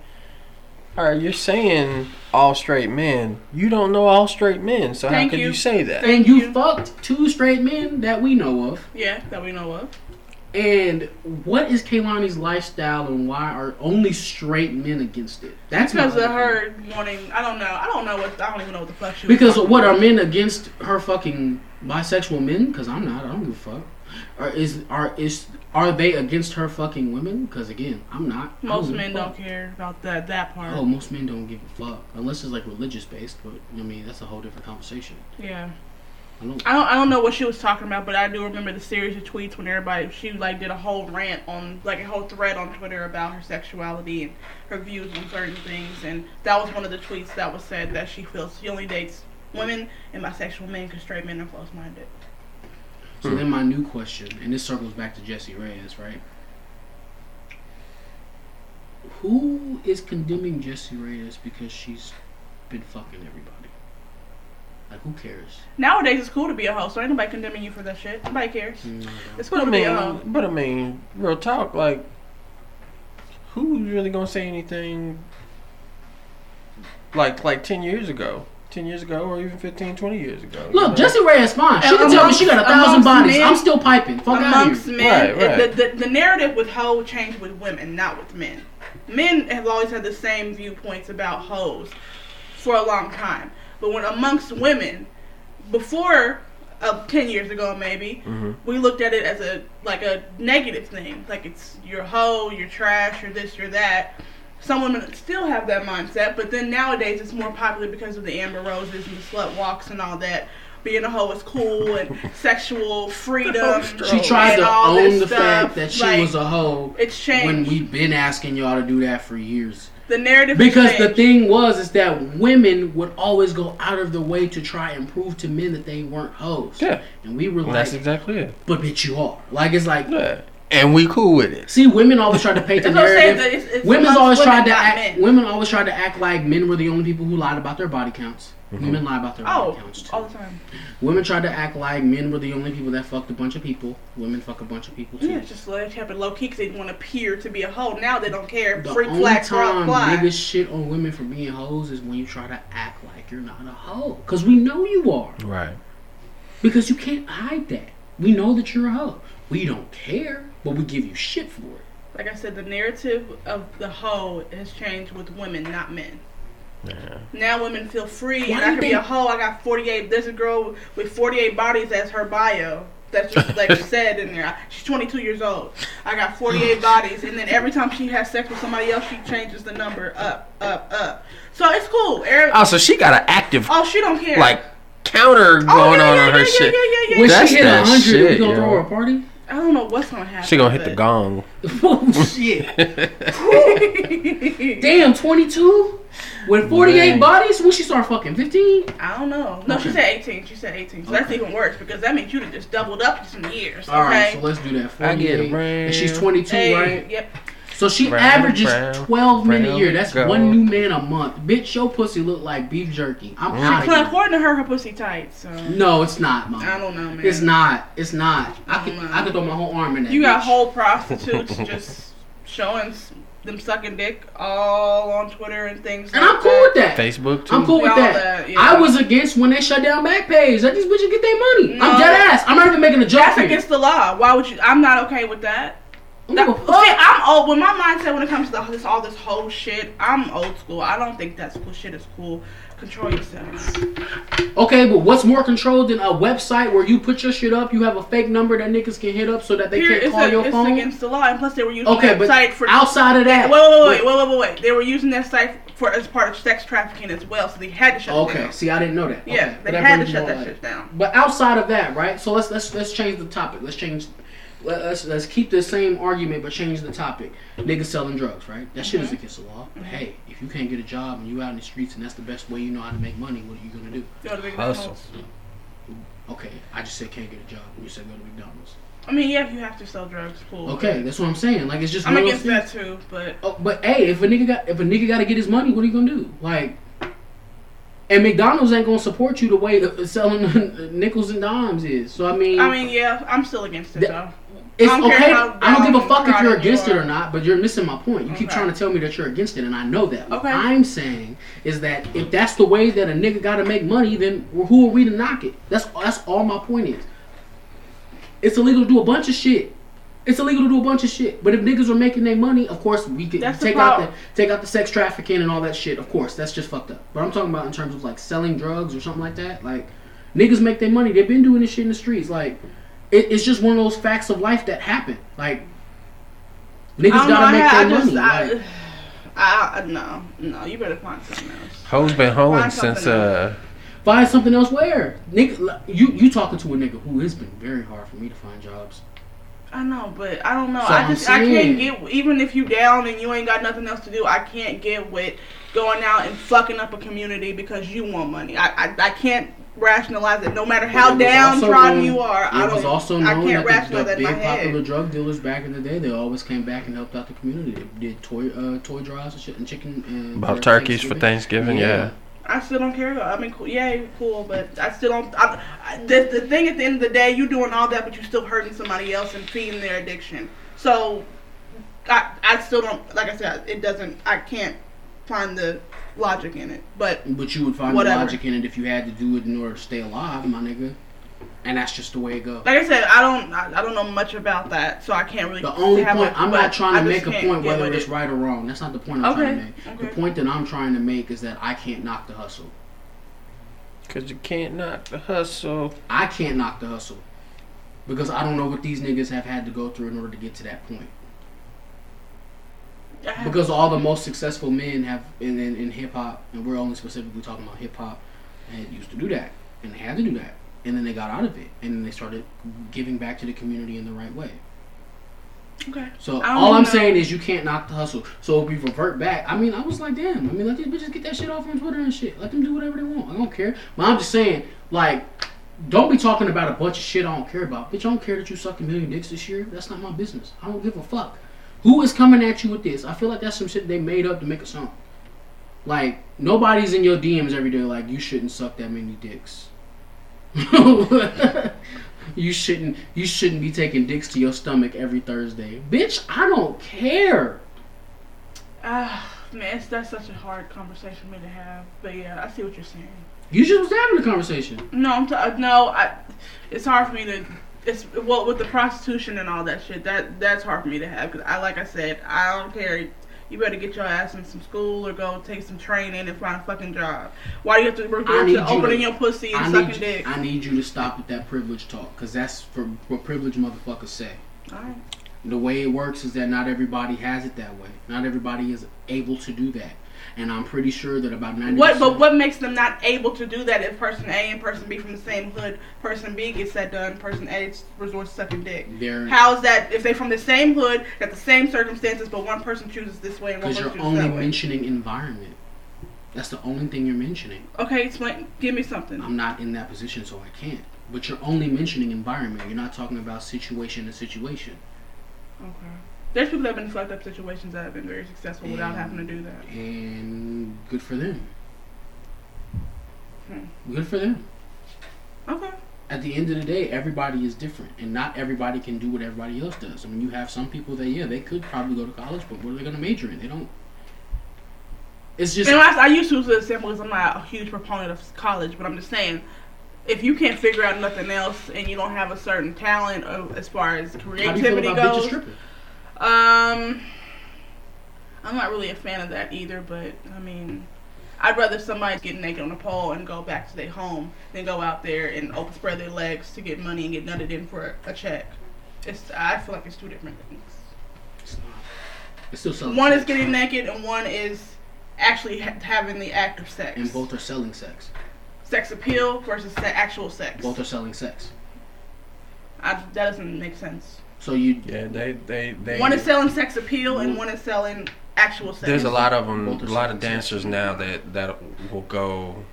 [SPEAKER 5] all right, you're saying all straight men. You don't know all straight men, so how
[SPEAKER 2] Thank
[SPEAKER 5] could you.
[SPEAKER 2] you.
[SPEAKER 5] say that?
[SPEAKER 3] and you fucked two straight men that we know of.
[SPEAKER 2] Yeah, that we know of.
[SPEAKER 3] And what is Kaylani's lifestyle, and why are only straight men against it? That's
[SPEAKER 2] Because
[SPEAKER 3] my
[SPEAKER 2] of
[SPEAKER 3] other thing.
[SPEAKER 2] her wanting, I don't know, I don't know what, I don't even know what the fuck she was
[SPEAKER 3] Because
[SPEAKER 2] talking
[SPEAKER 3] what are men against her fucking bisexual men? Because I'm not. I don't give a fuck. Or is are is are they against her fucking women? Because again, I'm not. I
[SPEAKER 2] Most
[SPEAKER 3] give a
[SPEAKER 2] men
[SPEAKER 3] fuck.
[SPEAKER 2] don't care about that that part.
[SPEAKER 3] Oh, most men don't give a fuck unless it's like religious based. But I mean, that's a whole different conversation.
[SPEAKER 2] Yeah,
[SPEAKER 3] I don't.
[SPEAKER 2] I don't, I don't know what she was talking about, but I do remember the series of tweets when everybody she like did a whole rant on like a whole thread on Twitter about her sexuality and her views on certain things, and that was one of the tweets that was said that she feels she only dates women and bisexual men because straight men are closed minded.
[SPEAKER 3] So then my new question, and this circles back to Jesse Reyes, right? Who is condemning Jesse Reyes because she's been fucking everybody? Like who cares?
[SPEAKER 2] Nowadays it's cool to be a hoe, so ain't nobody condemning you for that shit. Nobody cares.
[SPEAKER 3] No,
[SPEAKER 2] It's cool
[SPEAKER 5] But I
[SPEAKER 2] to be a
[SPEAKER 5] mean,
[SPEAKER 2] hoe.
[SPEAKER 5] but I mean, real talk. Like, who's really gonna say anything? Like, like ten years ago, ten years ago, or even 15, 20 years ago. you know?
[SPEAKER 3] Look, Jesse Reyes fine. She
[SPEAKER 2] And
[SPEAKER 3] can tell me she got a thousand
[SPEAKER 2] amongst- amongst
[SPEAKER 3] bodies.
[SPEAKER 2] men-
[SPEAKER 3] I'm still piping. Fuck out
[SPEAKER 2] amongst
[SPEAKER 3] of here.
[SPEAKER 2] men,
[SPEAKER 5] Right,
[SPEAKER 2] it- The, the, the narrative with hoe changed with women, not with men. Men have always had the same viewpoints about hoes for a long time. But when amongst women, before uh, ten years ago, maybe
[SPEAKER 3] Mm-hmm.
[SPEAKER 2] we looked at it as a like a negative thing, like it's you're a hoe, you're trash, you're this, you're that. Some women still have that mindset, but then nowadays it's more popular because of the Amber Roses and the slut walks and all that. Being a hoe is cool
[SPEAKER 3] [LAUGHS]
[SPEAKER 2] and sexual freedom.
[SPEAKER 3] She tried
[SPEAKER 2] and
[SPEAKER 3] to
[SPEAKER 2] all
[SPEAKER 3] own
[SPEAKER 2] this
[SPEAKER 3] the fact
[SPEAKER 2] stuff.
[SPEAKER 3] that she
[SPEAKER 2] Like,
[SPEAKER 3] was a hoe
[SPEAKER 2] It's changed.
[SPEAKER 3] when we've been asking y'all to do that for years.
[SPEAKER 2] the narrative has
[SPEAKER 3] Because the
[SPEAKER 2] changed.
[SPEAKER 3] thing was is that women would always go out of their way to try and prove to men that they weren't hoes.
[SPEAKER 5] Yeah.
[SPEAKER 3] And we were
[SPEAKER 5] And
[SPEAKER 3] like,
[SPEAKER 5] that's exactly it.
[SPEAKER 3] but bitch, you are. Like it's like,
[SPEAKER 5] Yeah. And we cool with it.
[SPEAKER 3] see, women always try to paint the
[SPEAKER 2] That's what I'm saying,
[SPEAKER 3] narrative.
[SPEAKER 2] that it's- it's
[SPEAKER 3] women's
[SPEAKER 2] amongst
[SPEAKER 3] always
[SPEAKER 2] women,
[SPEAKER 3] tried to
[SPEAKER 2] not
[SPEAKER 3] act.
[SPEAKER 2] men.
[SPEAKER 3] Women always tried to act like men were the only people who lied about their body counts. Women lie about their
[SPEAKER 2] Oh,
[SPEAKER 3] body counts too.
[SPEAKER 2] all the time.
[SPEAKER 3] Women tried to act like men were the only people that fucked a bunch of people. Women fuck a bunch of people too.
[SPEAKER 2] Yeah, it's just let it happen low key because they want to appear to be a hoe. Now they don't care.
[SPEAKER 3] The
[SPEAKER 2] Freak
[SPEAKER 3] only
[SPEAKER 2] flag, frog
[SPEAKER 3] time
[SPEAKER 2] fly.
[SPEAKER 3] niggas shit on women for being hoes is when you try to act like you're not a hoe. Because we know you are.
[SPEAKER 5] Right.
[SPEAKER 3] Because you can't hide that. We know that you're a hoe. We don't care, but we give you shit for it.
[SPEAKER 2] Like I said, the narrative of the hoe has changed with women, not men. Now women feel free.
[SPEAKER 3] Why
[SPEAKER 2] and I
[SPEAKER 3] do
[SPEAKER 2] can be
[SPEAKER 3] they-
[SPEAKER 2] a hoe. I got 48. There's a girl with 48 bodies as her bio. That's just
[SPEAKER 5] [LAUGHS]
[SPEAKER 2] like she said in there. She's 22 years old. I got 48 bodies, and then every time she has sex with somebody else, she changes the number up, up, up. So it's cool. Eric,
[SPEAKER 5] Also, she got an active
[SPEAKER 2] oh, she don't care.
[SPEAKER 5] like counter going
[SPEAKER 2] oh, yeah,
[SPEAKER 5] on
[SPEAKER 2] yeah,
[SPEAKER 5] on her
[SPEAKER 2] yeah, yeah,
[SPEAKER 5] shit.
[SPEAKER 2] yeah, yeah, yeah.
[SPEAKER 3] When
[SPEAKER 5] That's
[SPEAKER 3] she hit
[SPEAKER 5] that
[SPEAKER 3] 100, we
[SPEAKER 5] shit,
[SPEAKER 3] gonna
[SPEAKER 5] yo.
[SPEAKER 3] throw her a party? [LAUGHS]
[SPEAKER 2] I don't know what's gonna happen.
[SPEAKER 5] She gonna hit the
[SPEAKER 2] but-
[SPEAKER 5] gong.
[SPEAKER 3] oh, shit. Damn, 22? With 48
[SPEAKER 5] Man.
[SPEAKER 3] bodies? When she start fucking 15?
[SPEAKER 2] [LAUGHS] I don't know. No, she
[SPEAKER 3] Okay.
[SPEAKER 2] said 18. She said 18. So that's even worse because that means you done just doubled up some years. Okay?
[SPEAKER 3] All right, so let's do that. 48.
[SPEAKER 5] I get it,
[SPEAKER 3] And she's
[SPEAKER 5] round.
[SPEAKER 3] 22,
[SPEAKER 2] Hey,
[SPEAKER 3] right?
[SPEAKER 2] Yep.
[SPEAKER 3] So she
[SPEAKER 5] Round,
[SPEAKER 3] averages
[SPEAKER 5] round,
[SPEAKER 3] 12 men a
[SPEAKER 5] round
[SPEAKER 3] year. That's
[SPEAKER 5] go.
[SPEAKER 3] one new man a month. Bitch, your pussy look like beef jerky. I'm
[SPEAKER 5] Mm.
[SPEAKER 2] She
[SPEAKER 3] out
[SPEAKER 2] cla- according to her, her pussy tight. So
[SPEAKER 3] No, it's not, mom.
[SPEAKER 2] I don't know, man.
[SPEAKER 3] It's not. It's not. I
[SPEAKER 2] I
[SPEAKER 3] could,
[SPEAKER 2] don't know.
[SPEAKER 3] I could throw my whole arm in that.
[SPEAKER 2] You got
[SPEAKER 3] bitch.
[SPEAKER 2] whole
[SPEAKER 5] [LAUGHS]
[SPEAKER 2] prostitutes just showing s- them sucking dick all on Twitter and things.
[SPEAKER 3] And
[SPEAKER 2] like
[SPEAKER 3] I'm cool with that.
[SPEAKER 5] Facebook too.
[SPEAKER 3] I'm cool with
[SPEAKER 2] Y'all
[SPEAKER 3] that.
[SPEAKER 2] that, yeah.
[SPEAKER 3] I was against when they shut down Backpage. Let these bitches get their money.
[SPEAKER 2] No.
[SPEAKER 3] I'm dead ass. I'm not even making a joke.
[SPEAKER 2] That's
[SPEAKER 3] here.
[SPEAKER 2] against the law. Why would you? I'm not okay with that.
[SPEAKER 3] I
[SPEAKER 2] That,
[SPEAKER 3] don't give a
[SPEAKER 2] see,
[SPEAKER 3] fuck.
[SPEAKER 2] I'm old. When my mindset when it comes to the, this all this whole shit, I'm old school. I don't think that school shit is cool. Control yourself.
[SPEAKER 3] Okay, but what's more controlled than a website where you put your shit up, you have a fake number that niggas can hit up so that they
[SPEAKER 2] Here,
[SPEAKER 3] can't
[SPEAKER 2] it's,
[SPEAKER 3] call
[SPEAKER 2] a-
[SPEAKER 3] your
[SPEAKER 2] it's
[SPEAKER 3] phone?
[SPEAKER 2] against the law, and plus they were using
[SPEAKER 3] Okay,
[SPEAKER 2] that
[SPEAKER 3] but
[SPEAKER 2] site for.
[SPEAKER 3] outside of that.
[SPEAKER 2] wait, wait, wait, wait, wait, wait, wait. They were using that site for as part of sex trafficking as well, so they had to shut. it
[SPEAKER 3] Okay,
[SPEAKER 2] down.
[SPEAKER 3] see, I didn't know that.
[SPEAKER 2] Yeah,
[SPEAKER 3] Okay,
[SPEAKER 2] they
[SPEAKER 3] but that
[SPEAKER 2] had to
[SPEAKER 3] brings me
[SPEAKER 2] shut
[SPEAKER 3] on
[SPEAKER 2] that
[SPEAKER 3] later.
[SPEAKER 2] shit down.
[SPEAKER 3] But outside of that, right? So let's let's let's change the topic. Let's change. let- Let's let's keep the same argument, but change the topic. Niggas selling drugs, right? That shit is against the law. But hey, if you can't get a job and you out in the streets and that's the best way you know how to make money, what are you gonna do?
[SPEAKER 2] Go to McDonald's.
[SPEAKER 5] Hustle.
[SPEAKER 3] Okay, I just said can't get a job. You said go to McDonald's.
[SPEAKER 2] I mean, yeah, if you have to sell drugs, cool.
[SPEAKER 3] Okay, that's what I'm saying. Like it's just.
[SPEAKER 2] I'm
[SPEAKER 3] one of
[SPEAKER 2] against
[SPEAKER 3] those
[SPEAKER 2] that
[SPEAKER 3] things-
[SPEAKER 2] too, but
[SPEAKER 3] Oh, but hey, if a nigga got if a nigga got to get his money, what are you gonna do? Like, and McDonald's ain't gonna support you the way that selling [LAUGHS] nickels and dimes is. So I mean,
[SPEAKER 2] I mean, yeah, I'm still against it
[SPEAKER 3] The-
[SPEAKER 2] though.
[SPEAKER 3] It's
[SPEAKER 2] I don't care
[SPEAKER 3] okay.
[SPEAKER 2] how
[SPEAKER 3] I don't give a
[SPEAKER 2] brown
[SPEAKER 3] fuck if
[SPEAKER 2] and
[SPEAKER 3] you're
[SPEAKER 2] proud you
[SPEAKER 3] against it
[SPEAKER 2] are.
[SPEAKER 3] or not, but you're missing my point. You keep
[SPEAKER 2] Okay.
[SPEAKER 3] trying to tell me that you're against it, and I know that. What
[SPEAKER 2] Okay.
[SPEAKER 3] I'm saying is that if that's the way that a nigga got to make money, then who are we to knock it? That's that's all my point is. It's illegal to do a bunch of shit. It's illegal to do a bunch of shit. But if niggas are making their money, of course we could
[SPEAKER 2] That's the
[SPEAKER 3] take out the
[SPEAKER 2] problem.
[SPEAKER 3] take out the sex trafficking and all that shit. Of course, that's just fucked up. But I'm talking about in terms of like selling drugs or something like that. Like niggas make their money. They've been doing this shit in the streets. Like it, it's just one of those facts of life that happen. Like
[SPEAKER 2] I don't
[SPEAKER 3] niggas
[SPEAKER 2] know.
[SPEAKER 3] gotta
[SPEAKER 2] I,
[SPEAKER 3] make
[SPEAKER 2] had-
[SPEAKER 3] their
[SPEAKER 2] I just,
[SPEAKER 3] money.
[SPEAKER 2] I,
[SPEAKER 3] like,
[SPEAKER 2] I, I, no, no, you better find something else.
[SPEAKER 5] Ho's been hoeing
[SPEAKER 2] Find something
[SPEAKER 5] since uh
[SPEAKER 3] find something else where nigga. like, You you talking to a nigga who it's been very hard for me to find jobs.
[SPEAKER 2] I know, but I don't know.
[SPEAKER 3] So
[SPEAKER 2] I
[SPEAKER 3] I'm
[SPEAKER 2] just
[SPEAKER 3] saying-
[SPEAKER 2] I can't get even if you down and you ain't got nothing else to do. I can't get with going out and fucking up a community because you want money. I I, I can't rationalize it. No matter how
[SPEAKER 3] It was also
[SPEAKER 2] downtrodden
[SPEAKER 3] known-
[SPEAKER 2] you are, I
[SPEAKER 3] It was
[SPEAKER 2] don't.
[SPEAKER 3] also known
[SPEAKER 2] I can't
[SPEAKER 3] that the,
[SPEAKER 2] rationalize
[SPEAKER 3] the
[SPEAKER 2] that in
[SPEAKER 3] big
[SPEAKER 2] my
[SPEAKER 3] popular
[SPEAKER 2] head.
[SPEAKER 3] drug dealers back in the day, they always came back and helped out the community. They did toy uh, toy drives and, shit, and chicken and
[SPEAKER 5] about turkeys for Thanksgiving. Yeah.
[SPEAKER 2] I still don't care though. I mean, cool, yeah, cool, but I still don't. I, I, the the thing at the end of the day, you doing all that, but you still hurting somebody else and feeding their addiction. So I I still don't. Like I said, it doesn't. I can't find the logic in it, but.
[SPEAKER 3] But you would find
[SPEAKER 2] Whatever.
[SPEAKER 3] the logic in it if you had to do it in order to stay alive, my nigga. And that's just the way it goes.
[SPEAKER 2] like I said, I don't I, I don't know much about that, so I can't really.
[SPEAKER 3] The only
[SPEAKER 2] have
[SPEAKER 3] point
[SPEAKER 2] a-
[SPEAKER 3] I'm
[SPEAKER 2] but
[SPEAKER 3] not trying
[SPEAKER 2] I
[SPEAKER 3] to
[SPEAKER 2] just
[SPEAKER 3] make a
[SPEAKER 2] can't
[SPEAKER 3] point
[SPEAKER 2] get
[SPEAKER 3] whether
[SPEAKER 2] with
[SPEAKER 3] it's
[SPEAKER 2] it.
[SPEAKER 3] right or wrong. That's not the point I'm
[SPEAKER 2] Okay,
[SPEAKER 3] trying to make.
[SPEAKER 2] okay.
[SPEAKER 3] The point that I'm trying to make is that I can't knock the hustle.
[SPEAKER 5] Cause you can't knock the hustle.
[SPEAKER 3] I can't knock the hustle because I don't know what these niggas have had to go through in order to get to that point.
[SPEAKER 2] I have-
[SPEAKER 3] Because all the most successful men have in in, in hip hop, and we're only specifically talking about hip hop, and used to do that, and they had to do that, and then they got out of it, and then they started giving back to the community in the right way.
[SPEAKER 2] okay.
[SPEAKER 3] So
[SPEAKER 2] I don't
[SPEAKER 3] all I'm
[SPEAKER 2] know.
[SPEAKER 3] saying is you can't knock the hustle. So if we revert back, I mean, I was like, damn. I mean, let these bitches get that shit off on Twitter and shit. Let them do whatever they want. I don't care. But I'm just saying, like, don't be talking about a bunch of shit I don't care about. Bitch, I don't care that you suck a million dicks this year. That's not my business. I don't give a fuck. Who is coming at you with this? I feel like that's some shit they made up to make a song. Like, nobody's in your DMs every day like, you shouldn't suck that many
[SPEAKER 2] [LAUGHS]
[SPEAKER 3] dicks. [LAUGHS] You shouldn't you shouldn't be taking dicks to your stomach every Thursday. Bitch, I don't care.
[SPEAKER 2] Ah, man, it's, that's such a hard conversation for me to have. But yeah, I see what you're saying.
[SPEAKER 3] You just was having a conversation.
[SPEAKER 2] No, I'm t- uh, no, I, it's hard for me to. It's well with the prostitution and all that shit. That that's hard for me to have because I, like I said, I don't care. You better get your ass in some school or go take some training and find a fucking job. Why do you have to
[SPEAKER 3] I
[SPEAKER 2] revert
[SPEAKER 3] need
[SPEAKER 2] to
[SPEAKER 3] you
[SPEAKER 2] opening
[SPEAKER 3] to-
[SPEAKER 2] your pussy and
[SPEAKER 3] I
[SPEAKER 2] sucking
[SPEAKER 3] need, you,
[SPEAKER 2] dick?
[SPEAKER 3] I need you to stop with that privilege talk, cause that's for what privileged motherfuckers say.
[SPEAKER 2] Alright.
[SPEAKER 3] The way it works is that not everybody has it that way. Not everybody is able to do that. And I'm pretty sure that about ninety.
[SPEAKER 2] What but what makes them not able to do that if person A and person B from the same hood, person B gets that done, person A resorts to sucking dick?
[SPEAKER 3] They're,
[SPEAKER 2] How's that if they from the same hood, got the same circumstances, but one person chooses this way and one
[SPEAKER 3] Because
[SPEAKER 2] person chooses
[SPEAKER 3] you're only
[SPEAKER 2] that way?
[SPEAKER 3] mentioning environment. That's the only thing you're mentioning.
[SPEAKER 2] Okay, explain. Give me something.
[SPEAKER 3] I'm not in that position, so I can't. But you're only mentioning environment. You're not talking about situation to situation.
[SPEAKER 2] Okay. There's people that have been in fucked up situations that have been very successful without
[SPEAKER 3] And-
[SPEAKER 2] having to do that.
[SPEAKER 3] And good for them.
[SPEAKER 2] Hmm.
[SPEAKER 3] Good for them.
[SPEAKER 2] Okay.
[SPEAKER 3] At the end of the day, everybody is different, and not everybody can do what everybody else does. I mean, you have some people that yeah, they could probably go to college, but what are they going to major in? They don't. It's just
[SPEAKER 2] And I, I used to use the example because I'm not a huge proponent of college, but I'm just saying, if you can't figure out nothing else and you don't have a certain talent of, as far as
[SPEAKER 3] how do you feel
[SPEAKER 2] creativity
[SPEAKER 3] about bitches
[SPEAKER 2] goes,
[SPEAKER 3] stripping?
[SPEAKER 2] um, I'm not really a fan of that either. But I mean, I'd rather somebody get naked on a pole and go back to their home than go out there and open spread their legs to get money and get nutted in for a, a check. It's I feel like it's two different things.
[SPEAKER 3] It's not. It's still selling.
[SPEAKER 2] One
[SPEAKER 3] sex.
[SPEAKER 2] is getting naked, and one is actually ha- having the act of sex.
[SPEAKER 3] and both are selling sex.
[SPEAKER 2] sex appeal versus se- actual sex.
[SPEAKER 3] Both are selling sex.
[SPEAKER 2] I, that doesn't make sense.
[SPEAKER 3] So you
[SPEAKER 5] Yeah, they they they.
[SPEAKER 2] One is selling sex appeal, and one is selling actual sex.
[SPEAKER 5] There's a lot of them,
[SPEAKER 3] Both
[SPEAKER 5] a
[SPEAKER 3] are
[SPEAKER 5] lot of
[SPEAKER 3] sex.
[SPEAKER 5] dancers now that that will go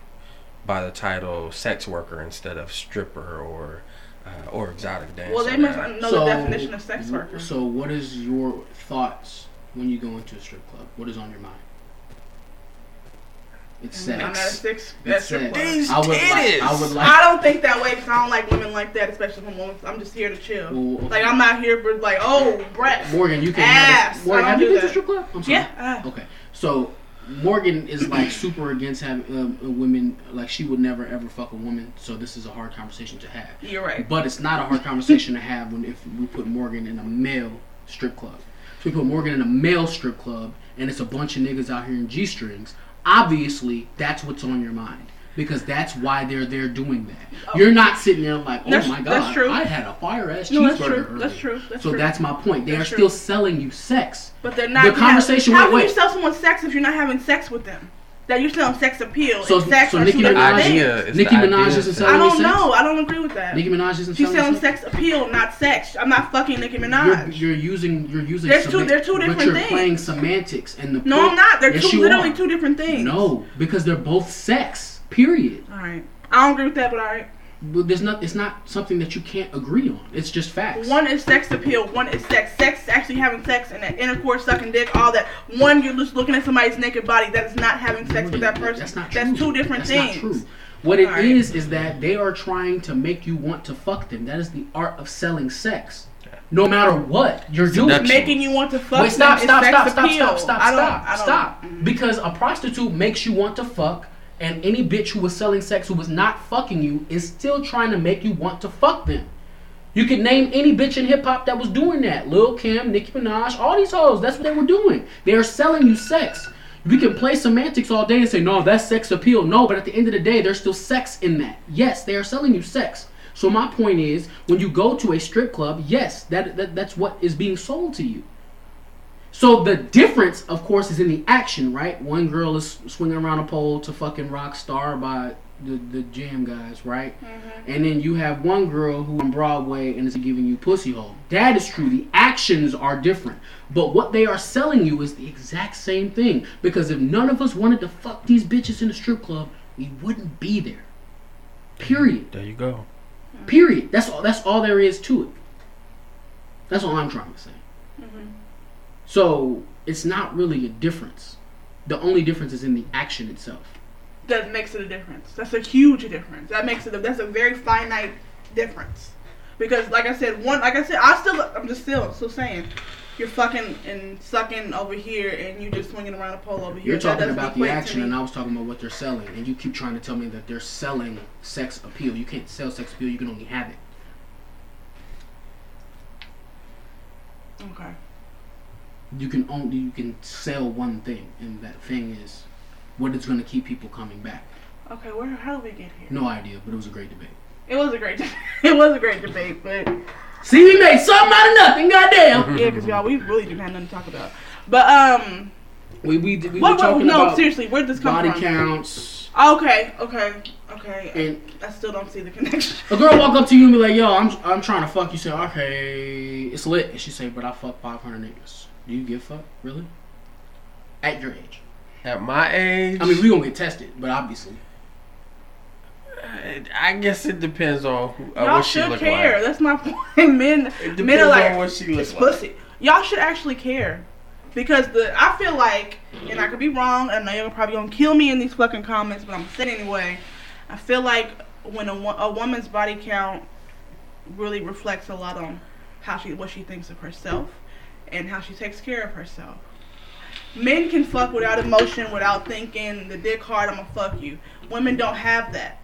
[SPEAKER 5] by the title sex worker instead of stripper or uh, or exotic dancer.
[SPEAKER 2] Well, they
[SPEAKER 5] now.
[SPEAKER 2] must know the definition of sex worker.
[SPEAKER 3] So, what is your thoughts when you go into a strip club? What is on your mind? It's
[SPEAKER 2] I'm not a
[SPEAKER 3] sex.
[SPEAKER 2] sex.
[SPEAKER 3] It's
[SPEAKER 2] That's strip
[SPEAKER 3] sex.
[SPEAKER 2] club.
[SPEAKER 5] These
[SPEAKER 3] I would like. I
[SPEAKER 5] titties.
[SPEAKER 2] I
[SPEAKER 3] would like.
[SPEAKER 2] don't think that way because I don't like women like that, especially from women. I'm just here to chill.
[SPEAKER 3] Well,
[SPEAKER 2] Like I'm not here for like oh breath.
[SPEAKER 3] Morgan, you can have.
[SPEAKER 2] Ass.
[SPEAKER 3] Morgan,
[SPEAKER 2] I
[SPEAKER 3] have
[SPEAKER 2] don't
[SPEAKER 3] you
[SPEAKER 2] do
[SPEAKER 3] been to a
[SPEAKER 2] that.
[SPEAKER 3] strip club? I'm sorry.
[SPEAKER 2] Yeah. Uh,
[SPEAKER 3] Okay, so Morgan is like super against having um, uh, women. Like she would never ever fuck a woman. So this is a hard conversation to have.
[SPEAKER 2] you're right.
[SPEAKER 3] But it's not a hard conversation to have when if we put Morgan in a male strip club. So we put Morgan in a male strip club, and it's a bunch of niggas out here in g strings. Obviously, that's what's on your mind because that's why they're there doing that. You're not sitting there like, oh
[SPEAKER 2] Oh. That's-
[SPEAKER 3] my god,
[SPEAKER 2] that's true.
[SPEAKER 3] I had a fire ass
[SPEAKER 2] No,
[SPEAKER 3] cheeseburger.
[SPEAKER 2] that's true.
[SPEAKER 3] earlier."
[SPEAKER 2] That's true. That's
[SPEAKER 3] so
[SPEAKER 2] true.
[SPEAKER 3] that's my point. They
[SPEAKER 2] That's
[SPEAKER 3] are
[SPEAKER 2] true.
[SPEAKER 3] still selling you sex.
[SPEAKER 2] But they're not.
[SPEAKER 3] The conversation-
[SPEAKER 2] How,
[SPEAKER 3] wait,
[SPEAKER 2] how can you
[SPEAKER 3] wait.
[SPEAKER 2] sell someone sex if you're not having sex with them? That you're selling sex appeal
[SPEAKER 3] So-
[SPEAKER 2] and sex
[SPEAKER 3] so
[SPEAKER 2] are
[SPEAKER 3] Nicki
[SPEAKER 2] two different
[SPEAKER 3] Minaj-
[SPEAKER 2] things.
[SPEAKER 5] idea. It's
[SPEAKER 3] Nicki
[SPEAKER 5] the
[SPEAKER 3] Minaj
[SPEAKER 5] idea
[SPEAKER 3] is a
[SPEAKER 5] sex.
[SPEAKER 2] I
[SPEAKER 3] self-
[SPEAKER 2] don't
[SPEAKER 3] Sex?
[SPEAKER 2] know. I don't agree with that.
[SPEAKER 3] Nicki Minaj isn't
[SPEAKER 2] She's
[SPEAKER 3] selling
[SPEAKER 2] selling sex appeal, not sex. I'm not fucking Nicki
[SPEAKER 3] You're,
[SPEAKER 2] Minaj.
[SPEAKER 3] you're using you're using
[SPEAKER 2] There's two-
[SPEAKER 3] seman-
[SPEAKER 2] they're two
[SPEAKER 3] but
[SPEAKER 2] different
[SPEAKER 3] you're
[SPEAKER 2] things.
[SPEAKER 3] playing semantics and the
[SPEAKER 2] no, I'm not. They're
[SPEAKER 3] Yes,
[SPEAKER 2] two
[SPEAKER 3] you
[SPEAKER 2] literally
[SPEAKER 3] are.
[SPEAKER 2] two different things.
[SPEAKER 3] No, because they're both sex. Period.
[SPEAKER 2] All right. I don't agree with that, but all right.
[SPEAKER 3] But there's not. It's not something that you can't agree on. It's just facts.
[SPEAKER 2] One is sex appeal. One is sex. Sex is actually having sex and that intercourse, sucking dick, all that. One, you're just looking at somebody's naked body. That is not having sex with that person.
[SPEAKER 3] That's not
[SPEAKER 2] That's
[SPEAKER 3] true.
[SPEAKER 2] two different
[SPEAKER 3] That's
[SPEAKER 2] things.
[SPEAKER 3] Not true. What it is
[SPEAKER 2] Alright.
[SPEAKER 3] is that they are trying to make you want to fuck them. That is the art of selling sex. No matter what you're doing.
[SPEAKER 5] that's-
[SPEAKER 2] Making you want to fuck.
[SPEAKER 3] Wait, stop,
[SPEAKER 2] them
[SPEAKER 3] stop,
[SPEAKER 2] is
[SPEAKER 3] stop,
[SPEAKER 2] sex
[SPEAKER 3] stop,
[SPEAKER 2] appeal.
[SPEAKER 3] stop, stop,
[SPEAKER 2] I don't,
[SPEAKER 3] stop,
[SPEAKER 2] I don't,
[SPEAKER 3] stop. Because a prostitute makes you want to fuck, and any bitch who was selling sex who was not fucking you is still trying to make you want to fuck them. You can name any bitch in hip hop that was doing that. Lil Kim, Nicki Minaj, all these hoes. That's what they were doing. They are selling you sex. We can play semantics all day and say, no, that's sex appeal. No, but at the end of the day, there's still sex in that. Yes, they are selling you sex. So my point is, when you go to a strip club, yes, that, that that's what is being sold to you. So the difference, of course, is in the action, right? One girl is swinging around a pole to fucking rock star by the, the jam guys, right? And then you have one girl who on Broadway and is giving you pussy hole. That is true. The actions are different, but what they are selling you is the exact same thing. Because if none of us wanted to fuck these bitches in a strip club, we wouldn't be there. Period.
[SPEAKER 5] There you go.
[SPEAKER 3] Period. That's all. That's all there is to it. That's all I'm trying to say. So it's not really a difference. The only difference is in the action itself.
[SPEAKER 2] that makes it a difference. That's a huge difference. That makes it. A, that's a very finite difference. Because, like I said, one, like I said, I still, I'm just still, still saying, you're fucking and sucking over here, and you just swinging around a pole over here.
[SPEAKER 3] You're
[SPEAKER 2] That
[SPEAKER 3] talking
[SPEAKER 2] doesn't
[SPEAKER 3] about the
[SPEAKER 2] equate to
[SPEAKER 3] action,
[SPEAKER 2] me.
[SPEAKER 3] and I was talking about what they're selling, and you keep trying to tell me that they're selling sex appeal. You can't sell sex appeal. You can only have it.
[SPEAKER 2] Okay.
[SPEAKER 3] You can only you can sell one thing, and that thing is what is going to keep people coming back.
[SPEAKER 2] Okay. Where? How did we get here?
[SPEAKER 3] No idea, but it was a great debate.
[SPEAKER 2] It was a great. [LAUGHS] it was a great debate, but.
[SPEAKER 3] See, we made something out of nothing. Goddamn.
[SPEAKER 2] Yeah, because y'all, we really didn't have nothing to talk about. But um,
[SPEAKER 3] we we we were
[SPEAKER 2] what? what
[SPEAKER 3] talking
[SPEAKER 2] no,
[SPEAKER 3] about
[SPEAKER 2] seriously, where did this come
[SPEAKER 3] body
[SPEAKER 2] from?
[SPEAKER 3] counts
[SPEAKER 2] Oh, okay, okay, okay.
[SPEAKER 3] and
[SPEAKER 2] I still don't see the connection.
[SPEAKER 3] A girl walk up to you and be like, "Yo, I'm I'm trying to fuck you." Say, "Okay, it's lit," and she say, "But I fuck 500 niggas." Do you give a fuck really? At your age,
[SPEAKER 5] At my age,
[SPEAKER 3] I mean, we gonna get tested, but obviously,
[SPEAKER 5] I guess it depends on who, uh,
[SPEAKER 2] y'all
[SPEAKER 5] what she
[SPEAKER 2] should
[SPEAKER 5] look
[SPEAKER 2] care.
[SPEAKER 5] like.
[SPEAKER 2] That's my point. [LAUGHS] Men, men
[SPEAKER 5] Depends
[SPEAKER 2] are
[SPEAKER 5] on what she
[SPEAKER 2] like
[SPEAKER 5] look
[SPEAKER 2] it's
[SPEAKER 5] like.
[SPEAKER 2] pussy. Y'all should actually care because the I feel like, and I could be wrong. I know y'all probably gonna kill me in these fucking comments, but I'm saying anyway. I feel like when a, wo- a woman's body count really reflects a lot on how she what she thinks of herself and how she takes care of herself. Men can fuck without emotion, without thinking the dick hard. I'ma fuck you. Women don't have that.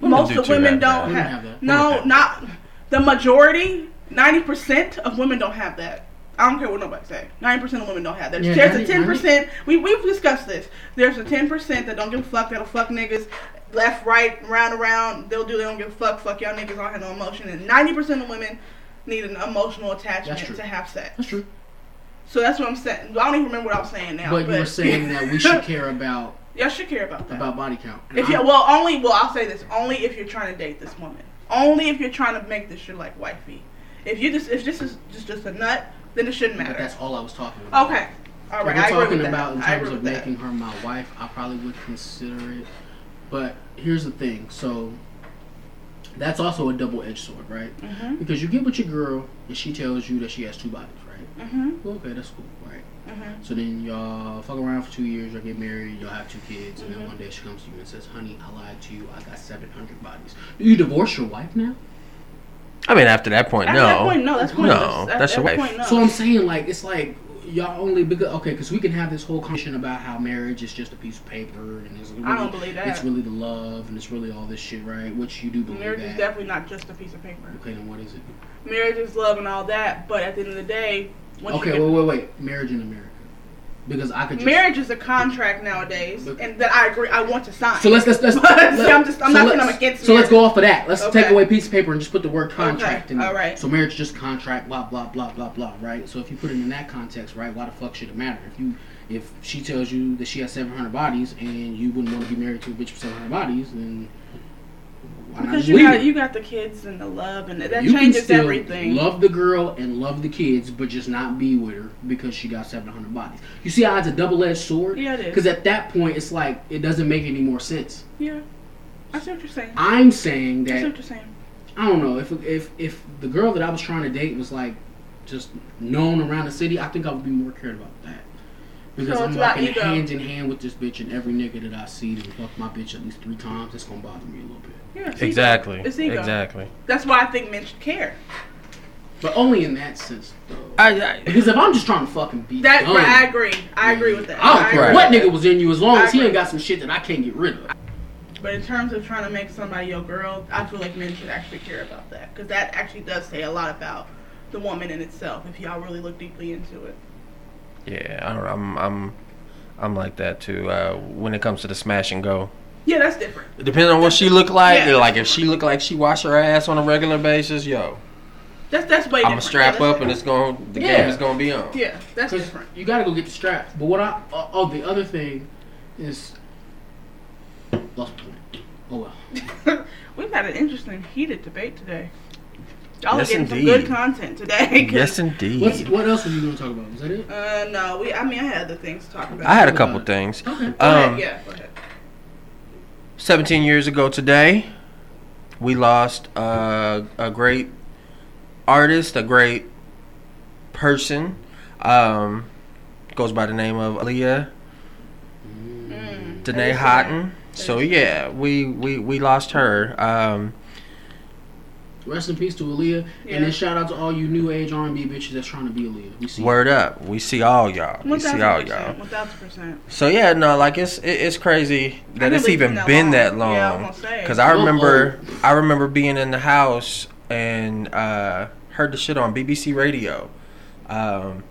[SPEAKER 5] Women
[SPEAKER 2] Most
[SPEAKER 5] do
[SPEAKER 2] of
[SPEAKER 5] too
[SPEAKER 2] women
[SPEAKER 5] have that.
[SPEAKER 2] don't
[SPEAKER 3] Women
[SPEAKER 2] have,
[SPEAKER 3] have that.
[SPEAKER 2] no,
[SPEAKER 5] Women have
[SPEAKER 2] not the majority. Ninety percent of women don't have that. I don't care what nobody say. Ninety percent of women don't have that.
[SPEAKER 3] Yeah,
[SPEAKER 2] There's a
[SPEAKER 3] 90
[SPEAKER 2] ten percent. We we've discussed this. There's a ten percent that don't give a fuck. That'll fuck niggas left, right, round, around. They'll do. They don't give a fuck. Fuck y'all niggas. I don't have no emotion. And ninety percent of women need an emotional attachment
[SPEAKER 3] That's true.
[SPEAKER 2] to have sex.
[SPEAKER 3] that's true.
[SPEAKER 2] So that's what I'm saying. I don't even remember what I was saying now.
[SPEAKER 3] But you were saying that we
[SPEAKER 2] [LAUGHS]
[SPEAKER 3] should care about
[SPEAKER 2] y'all should care about that.
[SPEAKER 3] about body count. And
[SPEAKER 2] If you
[SPEAKER 3] I'm-
[SPEAKER 2] well, only well, I'll say this: only if you're trying to date this woman. Only if you're trying to make this your like wifey. If you just if this is just just a nut, then it shouldn't
[SPEAKER 3] but
[SPEAKER 2] matter.
[SPEAKER 3] that's all I was talking about.
[SPEAKER 2] Okay. All right.
[SPEAKER 3] If we're
[SPEAKER 2] I agree
[SPEAKER 3] talking
[SPEAKER 2] with that.
[SPEAKER 3] about in
[SPEAKER 2] I
[SPEAKER 3] terms
[SPEAKER 2] agree
[SPEAKER 3] of
[SPEAKER 2] with that.
[SPEAKER 3] making her my wife, I probably would consider it. But here's the thing. So that's also a double-edged sword, right?
[SPEAKER 2] Mhm.
[SPEAKER 3] Because you get with your girl and she tells you that she has two bodies, right?
[SPEAKER 2] Mhm.
[SPEAKER 3] Well, okay, that's cool, right?
[SPEAKER 2] Mhm.
[SPEAKER 3] So then y'all fuck around for two years, y'all get married, y'all have two kids,
[SPEAKER 2] Mm-hmm.
[SPEAKER 3] and then one day she comes to you and says, "Honey, I lied to you. I got seven hundred bodies." Do you divorce your wife now?
[SPEAKER 5] I mean, after that point,
[SPEAKER 2] At
[SPEAKER 5] no.
[SPEAKER 2] that point, no, that's pointless. At
[SPEAKER 5] that's
[SPEAKER 2] that
[SPEAKER 5] your wife.
[SPEAKER 2] Point, no.
[SPEAKER 3] So I'm saying like it's like y'all only because okay, because we can have this whole conversation about how marriage is just a piece of paper and it's really,
[SPEAKER 2] I don't believe that.
[SPEAKER 3] it's really the love and it's really all this shit, right? Which you do believe
[SPEAKER 2] Marriage is
[SPEAKER 3] that.
[SPEAKER 2] definitely not just a piece of paper.
[SPEAKER 3] okay, then what is it?
[SPEAKER 2] Marriage is love and all that, but at the end of the day, once you
[SPEAKER 3] Okay,
[SPEAKER 2] get-
[SPEAKER 3] wait, wait, wait. Marriage in America, because I could just
[SPEAKER 2] marriage is a contract nowadays,
[SPEAKER 3] Look-
[SPEAKER 2] and that I agree, I want to sign.
[SPEAKER 3] So let's let's
[SPEAKER 2] [LAUGHS]
[SPEAKER 3] let's.
[SPEAKER 2] See,
[SPEAKER 3] let-
[SPEAKER 2] I'm just- I'm not saying I'm
[SPEAKER 3] let's-
[SPEAKER 2] against
[SPEAKER 3] So let's
[SPEAKER 2] marriage.
[SPEAKER 3] go off of that. Let's take
[SPEAKER 2] Okay.
[SPEAKER 3] away piece of paper and just put the word contract
[SPEAKER 2] Okay,
[SPEAKER 3] in. there.
[SPEAKER 2] alright.
[SPEAKER 3] So marriage is just contract, blah blah blah blah blah. Right. So if you put it in that context, right, why the fuck should it matter if you if she tells you that she has 700 bodies and you wouldn't want to be married to a bitch with 700 bodies, then why not
[SPEAKER 2] because
[SPEAKER 3] just
[SPEAKER 2] you
[SPEAKER 3] leave
[SPEAKER 2] got
[SPEAKER 3] it?
[SPEAKER 2] you got the kids and the love, and that
[SPEAKER 3] You can
[SPEAKER 2] changes
[SPEAKER 3] still
[SPEAKER 2] everything.
[SPEAKER 3] Love the girl and love the kids, but just not be with her because she got 700 bodies. You see how it's a double edged sword?
[SPEAKER 2] Yeah, it is.
[SPEAKER 3] Because at that point, it's like it doesn't make any more sense.
[SPEAKER 2] yeah, I see what you're saying.
[SPEAKER 3] I'm saying that
[SPEAKER 2] I see what you're saying.
[SPEAKER 3] I don't know if if if the girl that I was trying to date was like just known around the city, I think I would be more cared about that because
[SPEAKER 2] So
[SPEAKER 3] I'm
[SPEAKER 2] it's about
[SPEAKER 3] walking
[SPEAKER 2] ego.
[SPEAKER 3] hand in hand with this bitch, and every nigga that I see that fuck my bitch at least three times, it's gonna bother me a little bit.
[SPEAKER 2] Yeah, it's
[SPEAKER 5] Exactly.
[SPEAKER 2] Ego. It's ego.
[SPEAKER 5] Exactly.
[SPEAKER 2] That's why I think men should care.
[SPEAKER 3] But only in that sense, though.
[SPEAKER 5] I, I,
[SPEAKER 3] because if I'm just trying to fucking be
[SPEAKER 2] That
[SPEAKER 5] Oh.
[SPEAKER 3] done,
[SPEAKER 2] I agree. I agree with that.
[SPEAKER 3] I don't care
[SPEAKER 2] agree.
[SPEAKER 5] Right.
[SPEAKER 3] what nigga was in you as long
[SPEAKER 2] I
[SPEAKER 3] as he
[SPEAKER 2] agree.
[SPEAKER 3] ain't got some shit that I can't get rid of.
[SPEAKER 2] But in terms of trying to make somebody your girl, I feel like men should actually care about that because that actually does say a lot about the woman in itself if y'all really look deeply into it.
[SPEAKER 5] yeah, I don't know. I'm, I'm, I'm like that too. Uh, when it comes to the smash and go,
[SPEAKER 2] Yeah, that's different.
[SPEAKER 5] depending on what she look like,
[SPEAKER 2] Yeah.
[SPEAKER 5] like if she look like she wash her ass on a regular basis, yo,
[SPEAKER 2] That's that's way.
[SPEAKER 5] I'm gonna
[SPEAKER 2] different.
[SPEAKER 5] strap
[SPEAKER 2] Yeah, that's
[SPEAKER 5] up and it's going the
[SPEAKER 3] Yeah.
[SPEAKER 5] game is gonna be on.
[SPEAKER 2] Yeah, that's
[SPEAKER 3] Because
[SPEAKER 2] different. [LAUGHS]
[SPEAKER 3] you gotta go get the straps. But what I oh, oh the other thing is lost my point. Oh well.
[SPEAKER 2] We've had an interesting heated debate today. Y'all
[SPEAKER 5] Yes,
[SPEAKER 2] are getting
[SPEAKER 5] indeed.
[SPEAKER 2] some good content today. 'cause- [LAUGHS]
[SPEAKER 5] Yes,
[SPEAKER 3] What's,
[SPEAKER 5] indeed.
[SPEAKER 3] what else were you gonna talk about? Was that it?
[SPEAKER 2] Uh, no, we. I mean, I had other things to talk about.
[SPEAKER 5] I had a couple things.
[SPEAKER 3] Okay.
[SPEAKER 2] Go ahead,
[SPEAKER 5] Um,
[SPEAKER 2] yeah, go ahead.
[SPEAKER 5] 17 years ago today, we lost uh, a great artist, a great person. Um, goes by the name of Aaliyah
[SPEAKER 2] Mm,
[SPEAKER 5] Danae Houghton. So yeah, we, we, we lost her. Um,
[SPEAKER 3] Rest in peace to Aaliyah,
[SPEAKER 2] Yeah.
[SPEAKER 3] and then shout out to all you new age R&B bitches that's trying to be Aaliyah. We see. you.
[SPEAKER 5] word up, we see all y'all. We
[SPEAKER 2] One
[SPEAKER 5] see
[SPEAKER 2] thousand
[SPEAKER 5] all
[SPEAKER 2] percent.
[SPEAKER 5] y'all.
[SPEAKER 2] One thousand percent.
[SPEAKER 5] So yeah, no, like it's it, it's crazy that it's even been that long.
[SPEAKER 2] Yeah, I was gonna say.
[SPEAKER 5] Cause I
[SPEAKER 3] Little
[SPEAKER 5] remember, I remember being in the house and uh, heard the shit on BBC Radio. Um,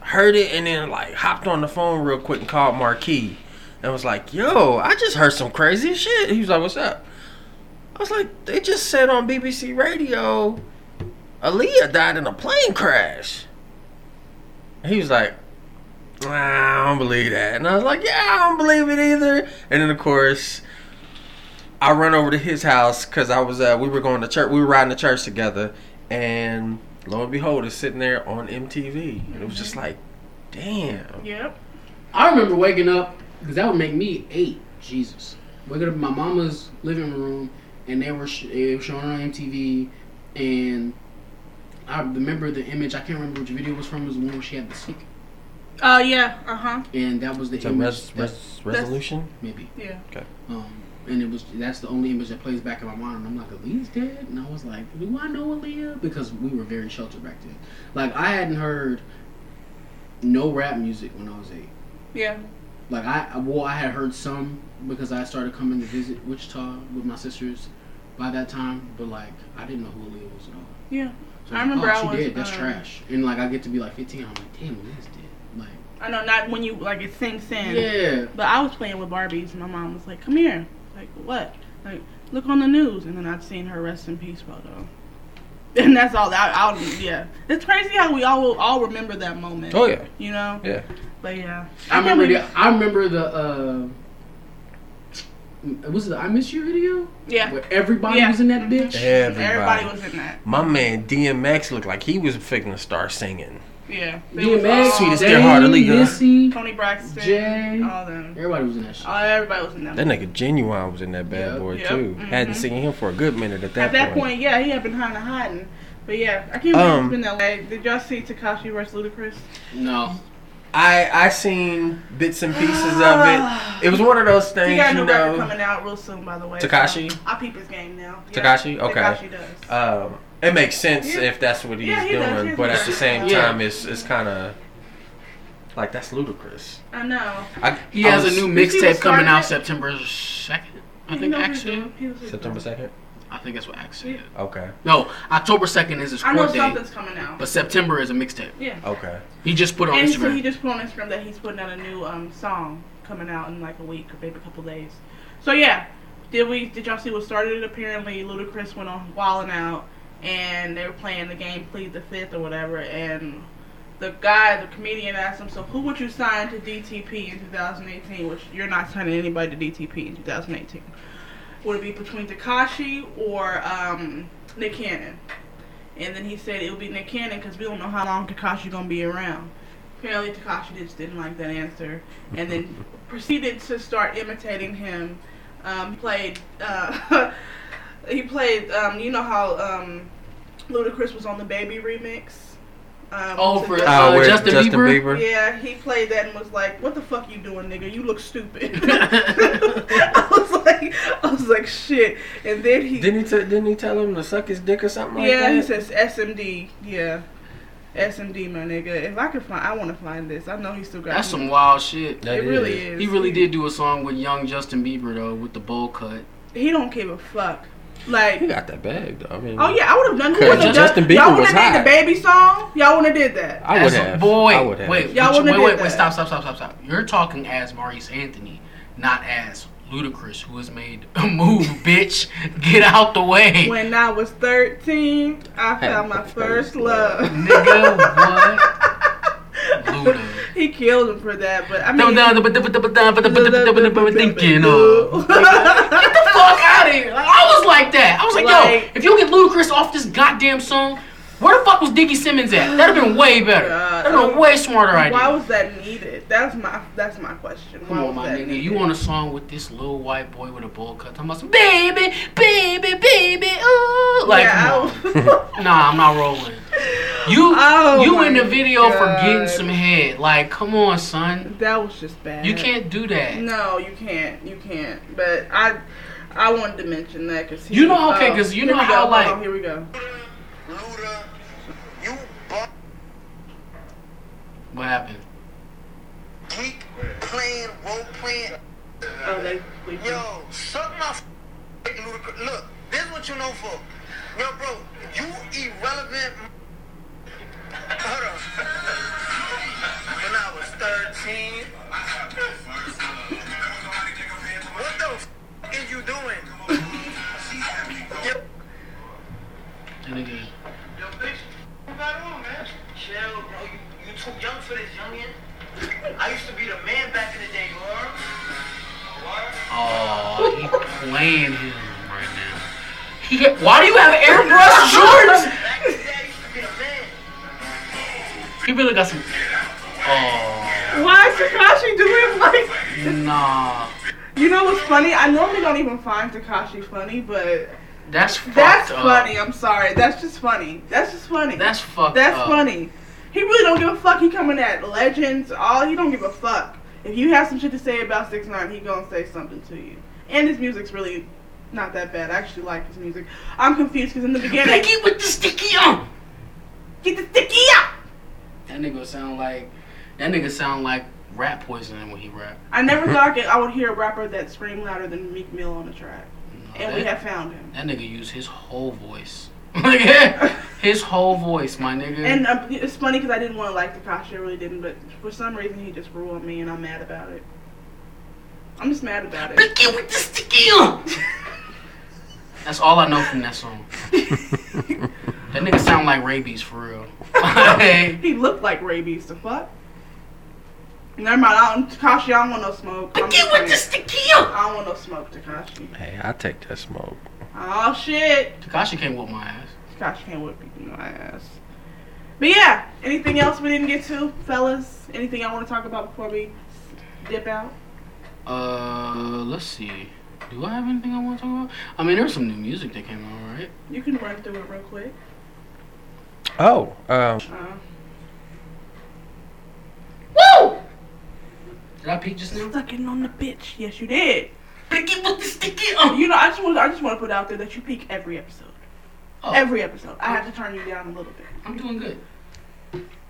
[SPEAKER 5] heard it and then like hopped on the phone real quick and called Marquis and was like, "Yo, I just heard some crazy shit." He was like, "What's up?" I was like, "They just said on BBC Radio, Aaliyah died in a plane crash." He was like, "Nah, I don't believe that. And I was like, yeah, I don't believe it either. And then, of course, I run over to his house because I was, uh, we were going to church, we were riding to church together. And lo and behold, it's sitting there on MTV. And it was just like, damn.
[SPEAKER 2] Yep.
[SPEAKER 3] I remember waking up because that would make me eight. Jesus, waking up in my mama's living room, and they were, sh- they were showing on MTV, and I remember the image. I can't remember which video it was from. It was the one where she had the stick,
[SPEAKER 2] Uh, yeah. Uh huh.
[SPEAKER 3] and that was the
[SPEAKER 5] It's a
[SPEAKER 3] image.
[SPEAKER 5] res-
[SPEAKER 3] that-
[SPEAKER 5] res- resolution.
[SPEAKER 3] maybe.
[SPEAKER 2] Yeah.
[SPEAKER 3] Um, and it was that's the only image that plays back in my mind. And I'm like, Aaliyah's dead, and I was like, Do I know Aaliyah? Because we were very sheltered back then. Like I hadn't heard no rap music when I was eight.
[SPEAKER 2] Yeah.
[SPEAKER 3] Like I well, I had heard some because I started coming to visit Wichita with my sisters by that time, but like I didn't know who Aaliyah was at all.
[SPEAKER 2] Yeah.
[SPEAKER 3] So
[SPEAKER 2] I
[SPEAKER 3] was like,
[SPEAKER 2] remember
[SPEAKER 3] oh,
[SPEAKER 2] I
[SPEAKER 3] she
[SPEAKER 2] was,
[SPEAKER 3] dead. That's
[SPEAKER 2] uh,
[SPEAKER 3] trash. And like I get to be like 15, I'm like, damn, Aaliyah's dead. Like
[SPEAKER 2] I know. Not when you like it sinks in.
[SPEAKER 3] yeah,
[SPEAKER 2] But I was playing with Barbies, and my mom was like, "Come here." Like what? Like look on the news, and then I've seen her rest in peace photo. [LAUGHS] And that's all. I, I'll yeah. It's crazy how we all all remember that moment.
[SPEAKER 5] Oh, yeah.
[SPEAKER 2] You know.
[SPEAKER 5] Yeah.
[SPEAKER 2] But yeah.
[SPEAKER 3] I
[SPEAKER 2] can't
[SPEAKER 3] remember
[SPEAKER 2] believe-
[SPEAKER 3] the I remember the uh was it the I Miss You video?
[SPEAKER 2] Yeah.
[SPEAKER 3] Where everybody
[SPEAKER 2] Yeah.
[SPEAKER 3] was in that bitch.
[SPEAKER 5] Everybody.
[SPEAKER 2] Everybody was in that.
[SPEAKER 5] My man DMX looked like he was fixing to start singing.
[SPEAKER 2] Yeah. They was
[SPEAKER 3] DMX,
[SPEAKER 2] all-
[SPEAKER 5] Sweetest
[SPEAKER 3] Dame,
[SPEAKER 5] Dear Heart, Aaliyah.
[SPEAKER 3] Missy,
[SPEAKER 2] Tony Braxton.
[SPEAKER 3] Jay.
[SPEAKER 2] All them.
[SPEAKER 3] everybody was in that shit.
[SPEAKER 2] All, everybody was in that.
[SPEAKER 5] That nigga Genuine was in that bad
[SPEAKER 3] Yep.
[SPEAKER 5] boy
[SPEAKER 2] Yep.
[SPEAKER 5] too. Hadn't
[SPEAKER 2] Mhm.
[SPEAKER 5] seen him for a good minute at that,
[SPEAKER 2] At that point, yeah, he had been kind of hiding. But yeah, I can't believe
[SPEAKER 5] Um,
[SPEAKER 2] it's been that long. Did y'all see Takashi versus Ludacris?
[SPEAKER 3] No.
[SPEAKER 5] I I seen bits and pieces
[SPEAKER 2] [SIGHS]
[SPEAKER 5] of it. It was one of those
[SPEAKER 2] He
[SPEAKER 5] things,
[SPEAKER 2] got a
[SPEAKER 5] you
[SPEAKER 2] new record
[SPEAKER 5] know.
[SPEAKER 2] coming out real soon, by the way.
[SPEAKER 5] Tekashi?
[SPEAKER 2] So I peep his game now.
[SPEAKER 5] Tekashi? Okay.
[SPEAKER 2] Takashi does.
[SPEAKER 5] Um, it makes sense
[SPEAKER 2] Yeah.
[SPEAKER 5] if that's what he's
[SPEAKER 2] Yeah, he
[SPEAKER 5] doing,
[SPEAKER 2] does. He has
[SPEAKER 5] but
[SPEAKER 2] a
[SPEAKER 5] at the
[SPEAKER 2] good
[SPEAKER 5] same
[SPEAKER 3] idea.
[SPEAKER 5] time, it's it's kind of like that's ludicrous.
[SPEAKER 2] I know.
[SPEAKER 5] I,
[SPEAKER 3] He
[SPEAKER 5] I
[SPEAKER 3] has
[SPEAKER 5] was-
[SPEAKER 3] a new
[SPEAKER 2] You see
[SPEAKER 3] mixtape
[SPEAKER 2] what's
[SPEAKER 3] coming out
[SPEAKER 2] started?
[SPEAKER 3] September 2nd. I
[SPEAKER 2] He
[SPEAKER 3] think
[SPEAKER 2] knows
[SPEAKER 3] Axe
[SPEAKER 2] what he
[SPEAKER 3] did.
[SPEAKER 2] do. He was-
[SPEAKER 5] September second.
[SPEAKER 3] I think that's what Axe
[SPEAKER 2] Yeah.
[SPEAKER 3] did.
[SPEAKER 5] Okay,
[SPEAKER 3] No, October 2nd is his
[SPEAKER 2] I know
[SPEAKER 3] court date,
[SPEAKER 2] something's coming out.
[SPEAKER 3] but September is a mixtape.
[SPEAKER 2] Yeah.
[SPEAKER 5] okay.
[SPEAKER 3] He just put it on
[SPEAKER 2] And so he
[SPEAKER 3] Instagram.
[SPEAKER 2] just put on Instagram that he's putting out a new um, song coming out in like a week or maybe a couple days. So yeah, did we? Did y'all see what started it? Apparently, Ludacris went on wilding out, and they were playing the game Plead the Fifth or whatever, and the guy, the comedian, asked him, "So who would you sign to DTP in 2018?" Which you're not signing anybody to DTP in 2018. Would it be between Takashi or um, Nick Cannon? And then he said it would be Nick Cannon because we don't know how long Takashi gonna be around. Apparently, Takashi just didn't like that answer, and then proceeded to start imitating him. Um, he played. Uh, [LAUGHS] he played. Um, you know how um, Ludacris was on the Baby remix. Um,
[SPEAKER 3] Oh,
[SPEAKER 2] to
[SPEAKER 3] for-
[SPEAKER 2] Justin
[SPEAKER 3] Uh,
[SPEAKER 5] where
[SPEAKER 3] Justin Bieber?
[SPEAKER 2] yeah, he played that and was like, "What the fuck you doing, nigga? You look stupid." [LAUGHS] I was like, I was like, shit. And then he,
[SPEAKER 5] Didn't he t- didn't he tell him to suck his dick or something like
[SPEAKER 2] yeah,
[SPEAKER 5] that?
[SPEAKER 2] he says SMD, yeah, SMD, my nigga. If I could find, I want to find this. I know he still got.
[SPEAKER 3] That's
[SPEAKER 2] it.
[SPEAKER 3] some wild shit.
[SPEAKER 5] That
[SPEAKER 2] it really
[SPEAKER 5] is.
[SPEAKER 2] is.
[SPEAKER 3] He really did do a song with young Justin Bieber though, with the bowl cut.
[SPEAKER 2] He don't give a fuck. Like,
[SPEAKER 5] He got that bag though. I mean,
[SPEAKER 2] oh yeah, I would have done. Who
[SPEAKER 5] Cause
[SPEAKER 2] would have
[SPEAKER 5] Justin
[SPEAKER 2] done? Y'all
[SPEAKER 5] Bieber
[SPEAKER 2] would
[SPEAKER 5] was
[SPEAKER 2] have did
[SPEAKER 5] hot.
[SPEAKER 2] the baby song. Y'all would have did that.
[SPEAKER 5] I would
[SPEAKER 3] As a-
[SPEAKER 5] have.
[SPEAKER 3] Boy,
[SPEAKER 5] I would have.
[SPEAKER 3] wait,
[SPEAKER 2] Y'all
[SPEAKER 3] wait,
[SPEAKER 2] wouldn't
[SPEAKER 3] wait,
[SPEAKER 2] have
[SPEAKER 3] wait,
[SPEAKER 2] did
[SPEAKER 3] wait,
[SPEAKER 2] that.
[SPEAKER 3] stop, stop, stop, stop, stop. You're talking as Maurice Anthony, not as Ludacris, who has made
[SPEAKER 2] [LAUGHS]
[SPEAKER 3] move, bitch. Get out the way,
[SPEAKER 2] When I was thirteen, I found my first love. [LAUGHS]
[SPEAKER 3] nigga. What? Luda.
[SPEAKER 2] He killed him for that, but I mean. [LAUGHS]
[SPEAKER 3] Thinking uh, of. Get the fuck out of here! Like, I was like that. I was like, yo,
[SPEAKER 2] Like-
[SPEAKER 3] if you get Ludacris off this goddamn song, where the fuck was Diggy Simmons at? That'd have been way better.
[SPEAKER 2] Oh God.
[SPEAKER 3] That'd have been a way smarter idea.
[SPEAKER 2] Why was that needed? That's my that's my question. Why
[SPEAKER 3] Come on,
[SPEAKER 2] was
[SPEAKER 3] my
[SPEAKER 2] that
[SPEAKER 3] nigga.
[SPEAKER 2] needed?
[SPEAKER 3] You on a song with this little white boy with a bowl cut. Talking about some baby, baby, baby, ooh. Like,
[SPEAKER 2] yeah, I
[SPEAKER 3] come
[SPEAKER 2] was- [LAUGHS]
[SPEAKER 3] on. nah, I'm not rolling. You,
[SPEAKER 2] Oh,
[SPEAKER 3] you
[SPEAKER 2] my
[SPEAKER 3] in the video for getting
[SPEAKER 2] God.
[SPEAKER 3] some head. Like, come on, son.
[SPEAKER 2] that was just bad.
[SPEAKER 3] You can't do that.
[SPEAKER 2] No, you can't. You can't. But I, I wanted to mention that because
[SPEAKER 3] You know, okay, 'cause you know how, like-
[SPEAKER 2] oh, here we go.
[SPEAKER 6] Luda, you bum
[SPEAKER 3] What happened?
[SPEAKER 6] geek playing role playing.
[SPEAKER 2] Oh, they sleeping.
[SPEAKER 6] Yo, suck my f- dick, Ludacris. Look, this is what you know for. Yo, bro, you irrelevant. m- Hold up. When I was 13. What the f- is you doing? Yo-
[SPEAKER 3] That nigga.
[SPEAKER 6] Yo, bitch, you got on, man. Chill, bro. You, you too young for this, youngin. I used to be the man back in the day, you heard?
[SPEAKER 3] Oh, he playing him right now. He hit, why do you have
[SPEAKER 2] [LAUGHS]
[SPEAKER 3] airbrush shorts?
[SPEAKER 6] Back in the day, I used to be the man.
[SPEAKER 3] He really got some. Oh,
[SPEAKER 2] Why is Takashi doing like?
[SPEAKER 3] nah.
[SPEAKER 2] You know what's funny? I normally don't even find Takashi funny, but
[SPEAKER 3] That's fucked
[SPEAKER 2] that's
[SPEAKER 3] up.
[SPEAKER 2] funny. I'm sorry. That's just funny. That's just funny.
[SPEAKER 3] That's fucked
[SPEAKER 2] That's
[SPEAKER 3] up.
[SPEAKER 2] funny. He really don't give a fuck. He coming at legends. All he don't give a fuck. If you have some shit to say about Six Nine, he gonna say something to you. And his music's really not that bad. I actually like his music. I'm confused because in the beginning,
[SPEAKER 3] Biggie with the sticky um." on.
[SPEAKER 2] get the sticky up.
[SPEAKER 3] That nigga sound like that nigga sound like rat poisoning when he rap.
[SPEAKER 2] I never thought that I would hear a rapper that scream louder than Meek Mill on the track,
[SPEAKER 3] No,
[SPEAKER 2] and
[SPEAKER 3] that,
[SPEAKER 2] we have found him.
[SPEAKER 3] that nigga used his whole voice. [LAUGHS] Like, his whole voice, my nigga.
[SPEAKER 2] And uh, it's funny because I didn't want to like Takashi, I really didn't, but for some reason he just ruined me, and I'm mad about it. I'm just mad about it.
[SPEAKER 3] Biggie with the sticky on. That's all I know from
[SPEAKER 2] [LAUGHS]
[SPEAKER 3] that song. that nigga sound like rabies for real. [LAUGHS] Like,
[SPEAKER 2] He looked like rabies. The fuck? Never mind. I don't, Takashi, I don't want no smoke. I'm just
[SPEAKER 3] Biggie with the
[SPEAKER 2] saying.
[SPEAKER 3] sticky on.
[SPEAKER 2] I don't want no smoke, Takashi.
[SPEAKER 5] Hey, I take that smoke.
[SPEAKER 2] Oh shit,
[SPEAKER 3] Takashi came with my ass.
[SPEAKER 2] Takashi can't whip you in my ass. But yeah, anything else we didn't get to, fellas? Anything I want to talk about before we dip out?
[SPEAKER 3] Uh, let's see. Do I have anything I want to talk about? I mean, there's some new music that came out, right?
[SPEAKER 2] You can run through it real quick.
[SPEAKER 5] Oh, um,
[SPEAKER 2] Uh,
[SPEAKER 3] Did I peek just now?
[SPEAKER 2] sucking on the bitch. Yes, you did.
[SPEAKER 3] Biggie with the sticky um. on.
[SPEAKER 2] You know, I just want I just want to put out there that you peak every episode.
[SPEAKER 3] Oh.
[SPEAKER 2] Every episode. I have to turn you down a little bit.
[SPEAKER 3] I'm doing good.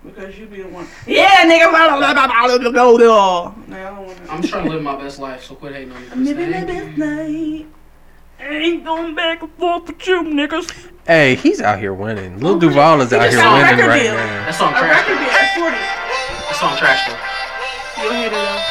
[SPEAKER 2] Because you be the one. Yeah, nigga. Blah, blah, blah, blah, blah, blah, blah. Now I don't wanna-
[SPEAKER 3] I'm just trying to live my best life, so quit hating on me.
[SPEAKER 2] I'm living my
[SPEAKER 3] Thank you.
[SPEAKER 2] best night. Ain't going back and forth with you, niggas.
[SPEAKER 5] hey, he's out here winning. Lil Duval is
[SPEAKER 2] Oh, He
[SPEAKER 5] out
[SPEAKER 2] just
[SPEAKER 5] here
[SPEAKER 2] got a
[SPEAKER 5] winning
[SPEAKER 2] record
[SPEAKER 5] right
[SPEAKER 2] deal.
[SPEAKER 5] now.
[SPEAKER 3] That song
[SPEAKER 2] A
[SPEAKER 3] trash.
[SPEAKER 2] record
[SPEAKER 3] though.
[SPEAKER 2] deal at 40.
[SPEAKER 3] That song trash though.
[SPEAKER 2] You'll hear it all.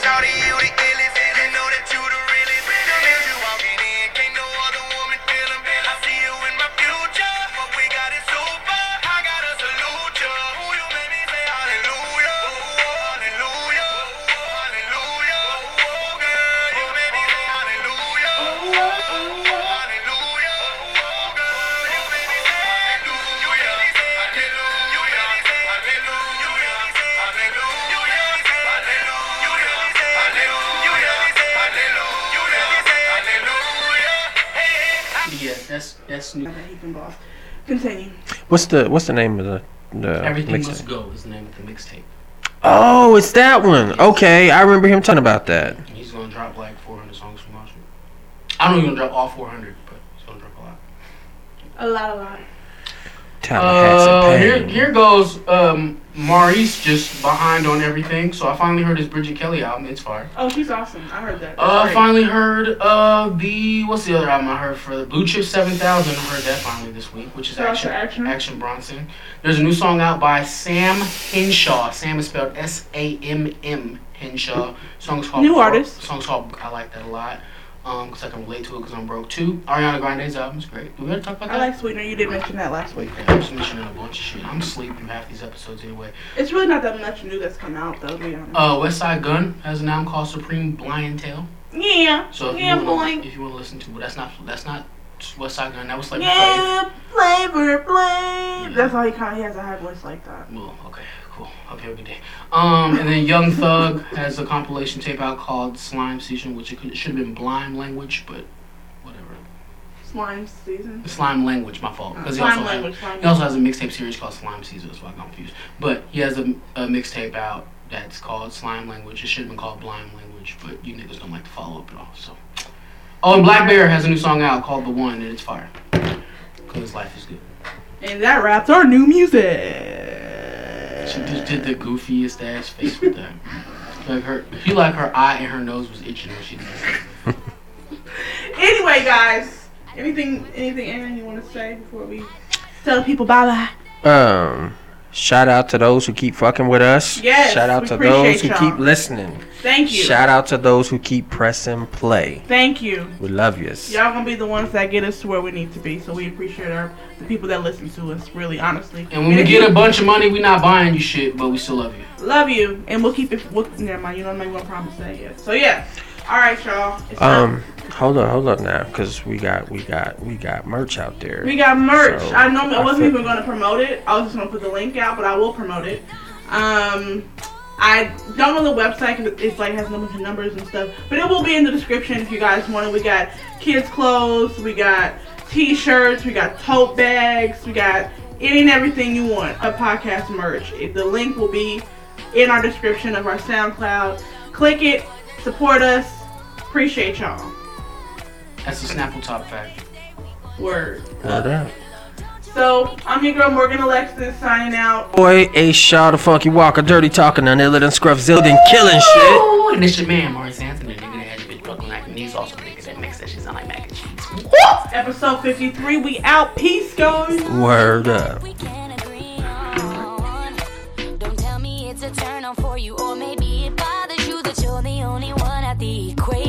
[SPEAKER 6] Shawty, you the illest, and I know that you the realest. As you walking in, can't no other woman feel 'em. I see you in my future. What we got is super. I gotta salute ya. Ooh, you made me say hallelujah. Ooh, hallelujah. Ooh, hallelujah. Ooh, girl, you made me say hallelujah. Ooh, hallelujah. Ooh, girl, you made me say hallelujah. You made me say hallelujah. You made me say hallelujah.
[SPEAKER 3] Yeah, that's that's new.
[SPEAKER 2] Now that he can boss. Continue.
[SPEAKER 5] What's the What's the name of the the
[SPEAKER 3] Everything
[SPEAKER 5] mixtape?
[SPEAKER 3] must go is the name of the mixtape.
[SPEAKER 5] Oh, it's that one. Okay, I remember him talking about that.
[SPEAKER 3] He's gonna drop like 400 songs from Marshall. I don't even drop all 400, but it's gonna drop a lot.
[SPEAKER 2] A lot, a lot.
[SPEAKER 5] Tallahassee
[SPEAKER 2] Oh,
[SPEAKER 3] Uh, here,
[SPEAKER 5] pain.
[SPEAKER 3] here goes um, Maurice just behind on everything. So I finally heard his Bridget Kelly album. It's fire.
[SPEAKER 2] Oh, she's awesome. I heard that. That's
[SPEAKER 3] Uh, I
[SPEAKER 2] great.
[SPEAKER 3] finally heard uh, the what's the other album I heard for the Blue Chip Seven Thousand. I heard that finally this week, which is
[SPEAKER 2] Shout out to
[SPEAKER 3] action,
[SPEAKER 2] Action.
[SPEAKER 3] action Bronson. There's a new song out by Sam Henshaw. Sam is spelled S A M M Henshaw. Song's called
[SPEAKER 2] New
[SPEAKER 3] Broke.
[SPEAKER 2] artist.
[SPEAKER 3] Song's called I like that a lot. Um, cause I can relate to it because I'm broke too. Ariana Grande's album's great. Do we ever talk about
[SPEAKER 2] I
[SPEAKER 3] that?
[SPEAKER 2] like Sweetener. You did mention that last week.
[SPEAKER 3] Yeah, I'm just mentioning a bunch of shit. I'm asleep through half these episodes anyway.
[SPEAKER 2] It's really not that much new that's come out, though, to be honest.
[SPEAKER 3] Uh, West Side Gun has an album called Supreme Blind Tail.
[SPEAKER 2] yeah.
[SPEAKER 3] So if
[SPEAKER 2] yeah,
[SPEAKER 3] you wanna,
[SPEAKER 2] boy.
[SPEAKER 3] if you want to listen to it, that's not that's not West Side Gun. That was like
[SPEAKER 2] Yeah, flavor, flavor. That's all he kind of he has a high voice like that.
[SPEAKER 3] Well, okay, cool. Hope you have a good day. Um, and then Young Thug has a compilation tape out called Slime Season, which it could- it should have been Blime Language, but whatever.
[SPEAKER 2] Slime season.
[SPEAKER 3] Slime Language, my fault. Because he
[SPEAKER 2] Slime
[SPEAKER 3] also had-
[SPEAKER 2] language, slime
[SPEAKER 3] He also has a mixtape series called Slime Season, that's why I got confused. But he has a, a mixtape out that's called Slime Language. It should have been called Blind Language, but you niggas don't like to follow up at all. So, oh, and Black Bear has a new song out called The One, and it's fire. Cause life is good.
[SPEAKER 2] And that wraps our new music.
[SPEAKER 3] She just did the goofiest ass face with that. Like her, she like her eye and her nose was itching when she did. that.
[SPEAKER 2] Anyway, guys, anything, anything, Aaron, you want to say before we tell people bye bye?
[SPEAKER 5] Um, shout out to those who keep fucking with us.
[SPEAKER 2] Yes,
[SPEAKER 5] Shout out
[SPEAKER 2] we
[SPEAKER 5] to those who
[SPEAKER 2] appreciate y'all.
[SPEAKER 5] keep listening.
[SPEAKER 2] Thank you.
[SPEAKER 5] Shout out to those who keep pressing play.
[SPEAKER 2] Thank you.
[SPEAKER 5] We love yous.
[SPEAKER 2] Y'all gonna be the ones that get us to where we need to be, so we appreciate our the people that listen to us. Really, honestly.
[SPEAKER 3] And when we
[SPEAKER 2] if
[SPEAKER 3] get
[SPEAKER 2] you-
[SPEAKER 3] a bunch of money, we not buying you shit, but we still love you.
[SPEAKER 2] love you, and we'll keep it. We'll, never mind. You don't make one promise that yet. So yeah. All right, y'all. It's time.
[SPEAKER 5] Um, hold up, hold up now, cause we got, we got, we got merch out there.
[SPEAKER 2] We got merch.
[SPEAKER 5] So,
[SPEAKER 2] I know I wasn't
[SPEAKER 5] I
[SPEAKER 2] even going to promote it. I was just going to put the link out, but I will promote it. Um, I don't know the website because it's like has a bunch of numbers and stuff, but it will be in the description if you guys want it. We got kids' clothes, we got t-shirts, we got tote bags, we got any and everything you want. A podcast merch. It- The link will be in our description of our SoundCloud. Click it, support us. Appreciate y'all.
[SPEAKER 3] That's the Snapple top fact.
[SPEAKER 2] Word.
[SPEAKER 5] Word up.
[SPEAKER 2] So I'm your girl Morgan Alexis signing out.
[SPEAKER 5] Boy, Ace Shaw, the Funky Walker, Dirty Talking, Anilla, and Scruff Zildin, killing shit.
[SPEAKER 3] Oh, and it's your man Maurice Anthony, nigga that had your bitch buckling like and he's also the nigga that makes that shit sound like mac and cheese.
[SPEAKER 2] Episode 53. We out. Peace, guys.
[SPEAKER 5] Word up.
[SPEAKER 1] we can agree on. Don't tell me it's a turn on for you, or maybe it bothers you that you're the only one at the equation.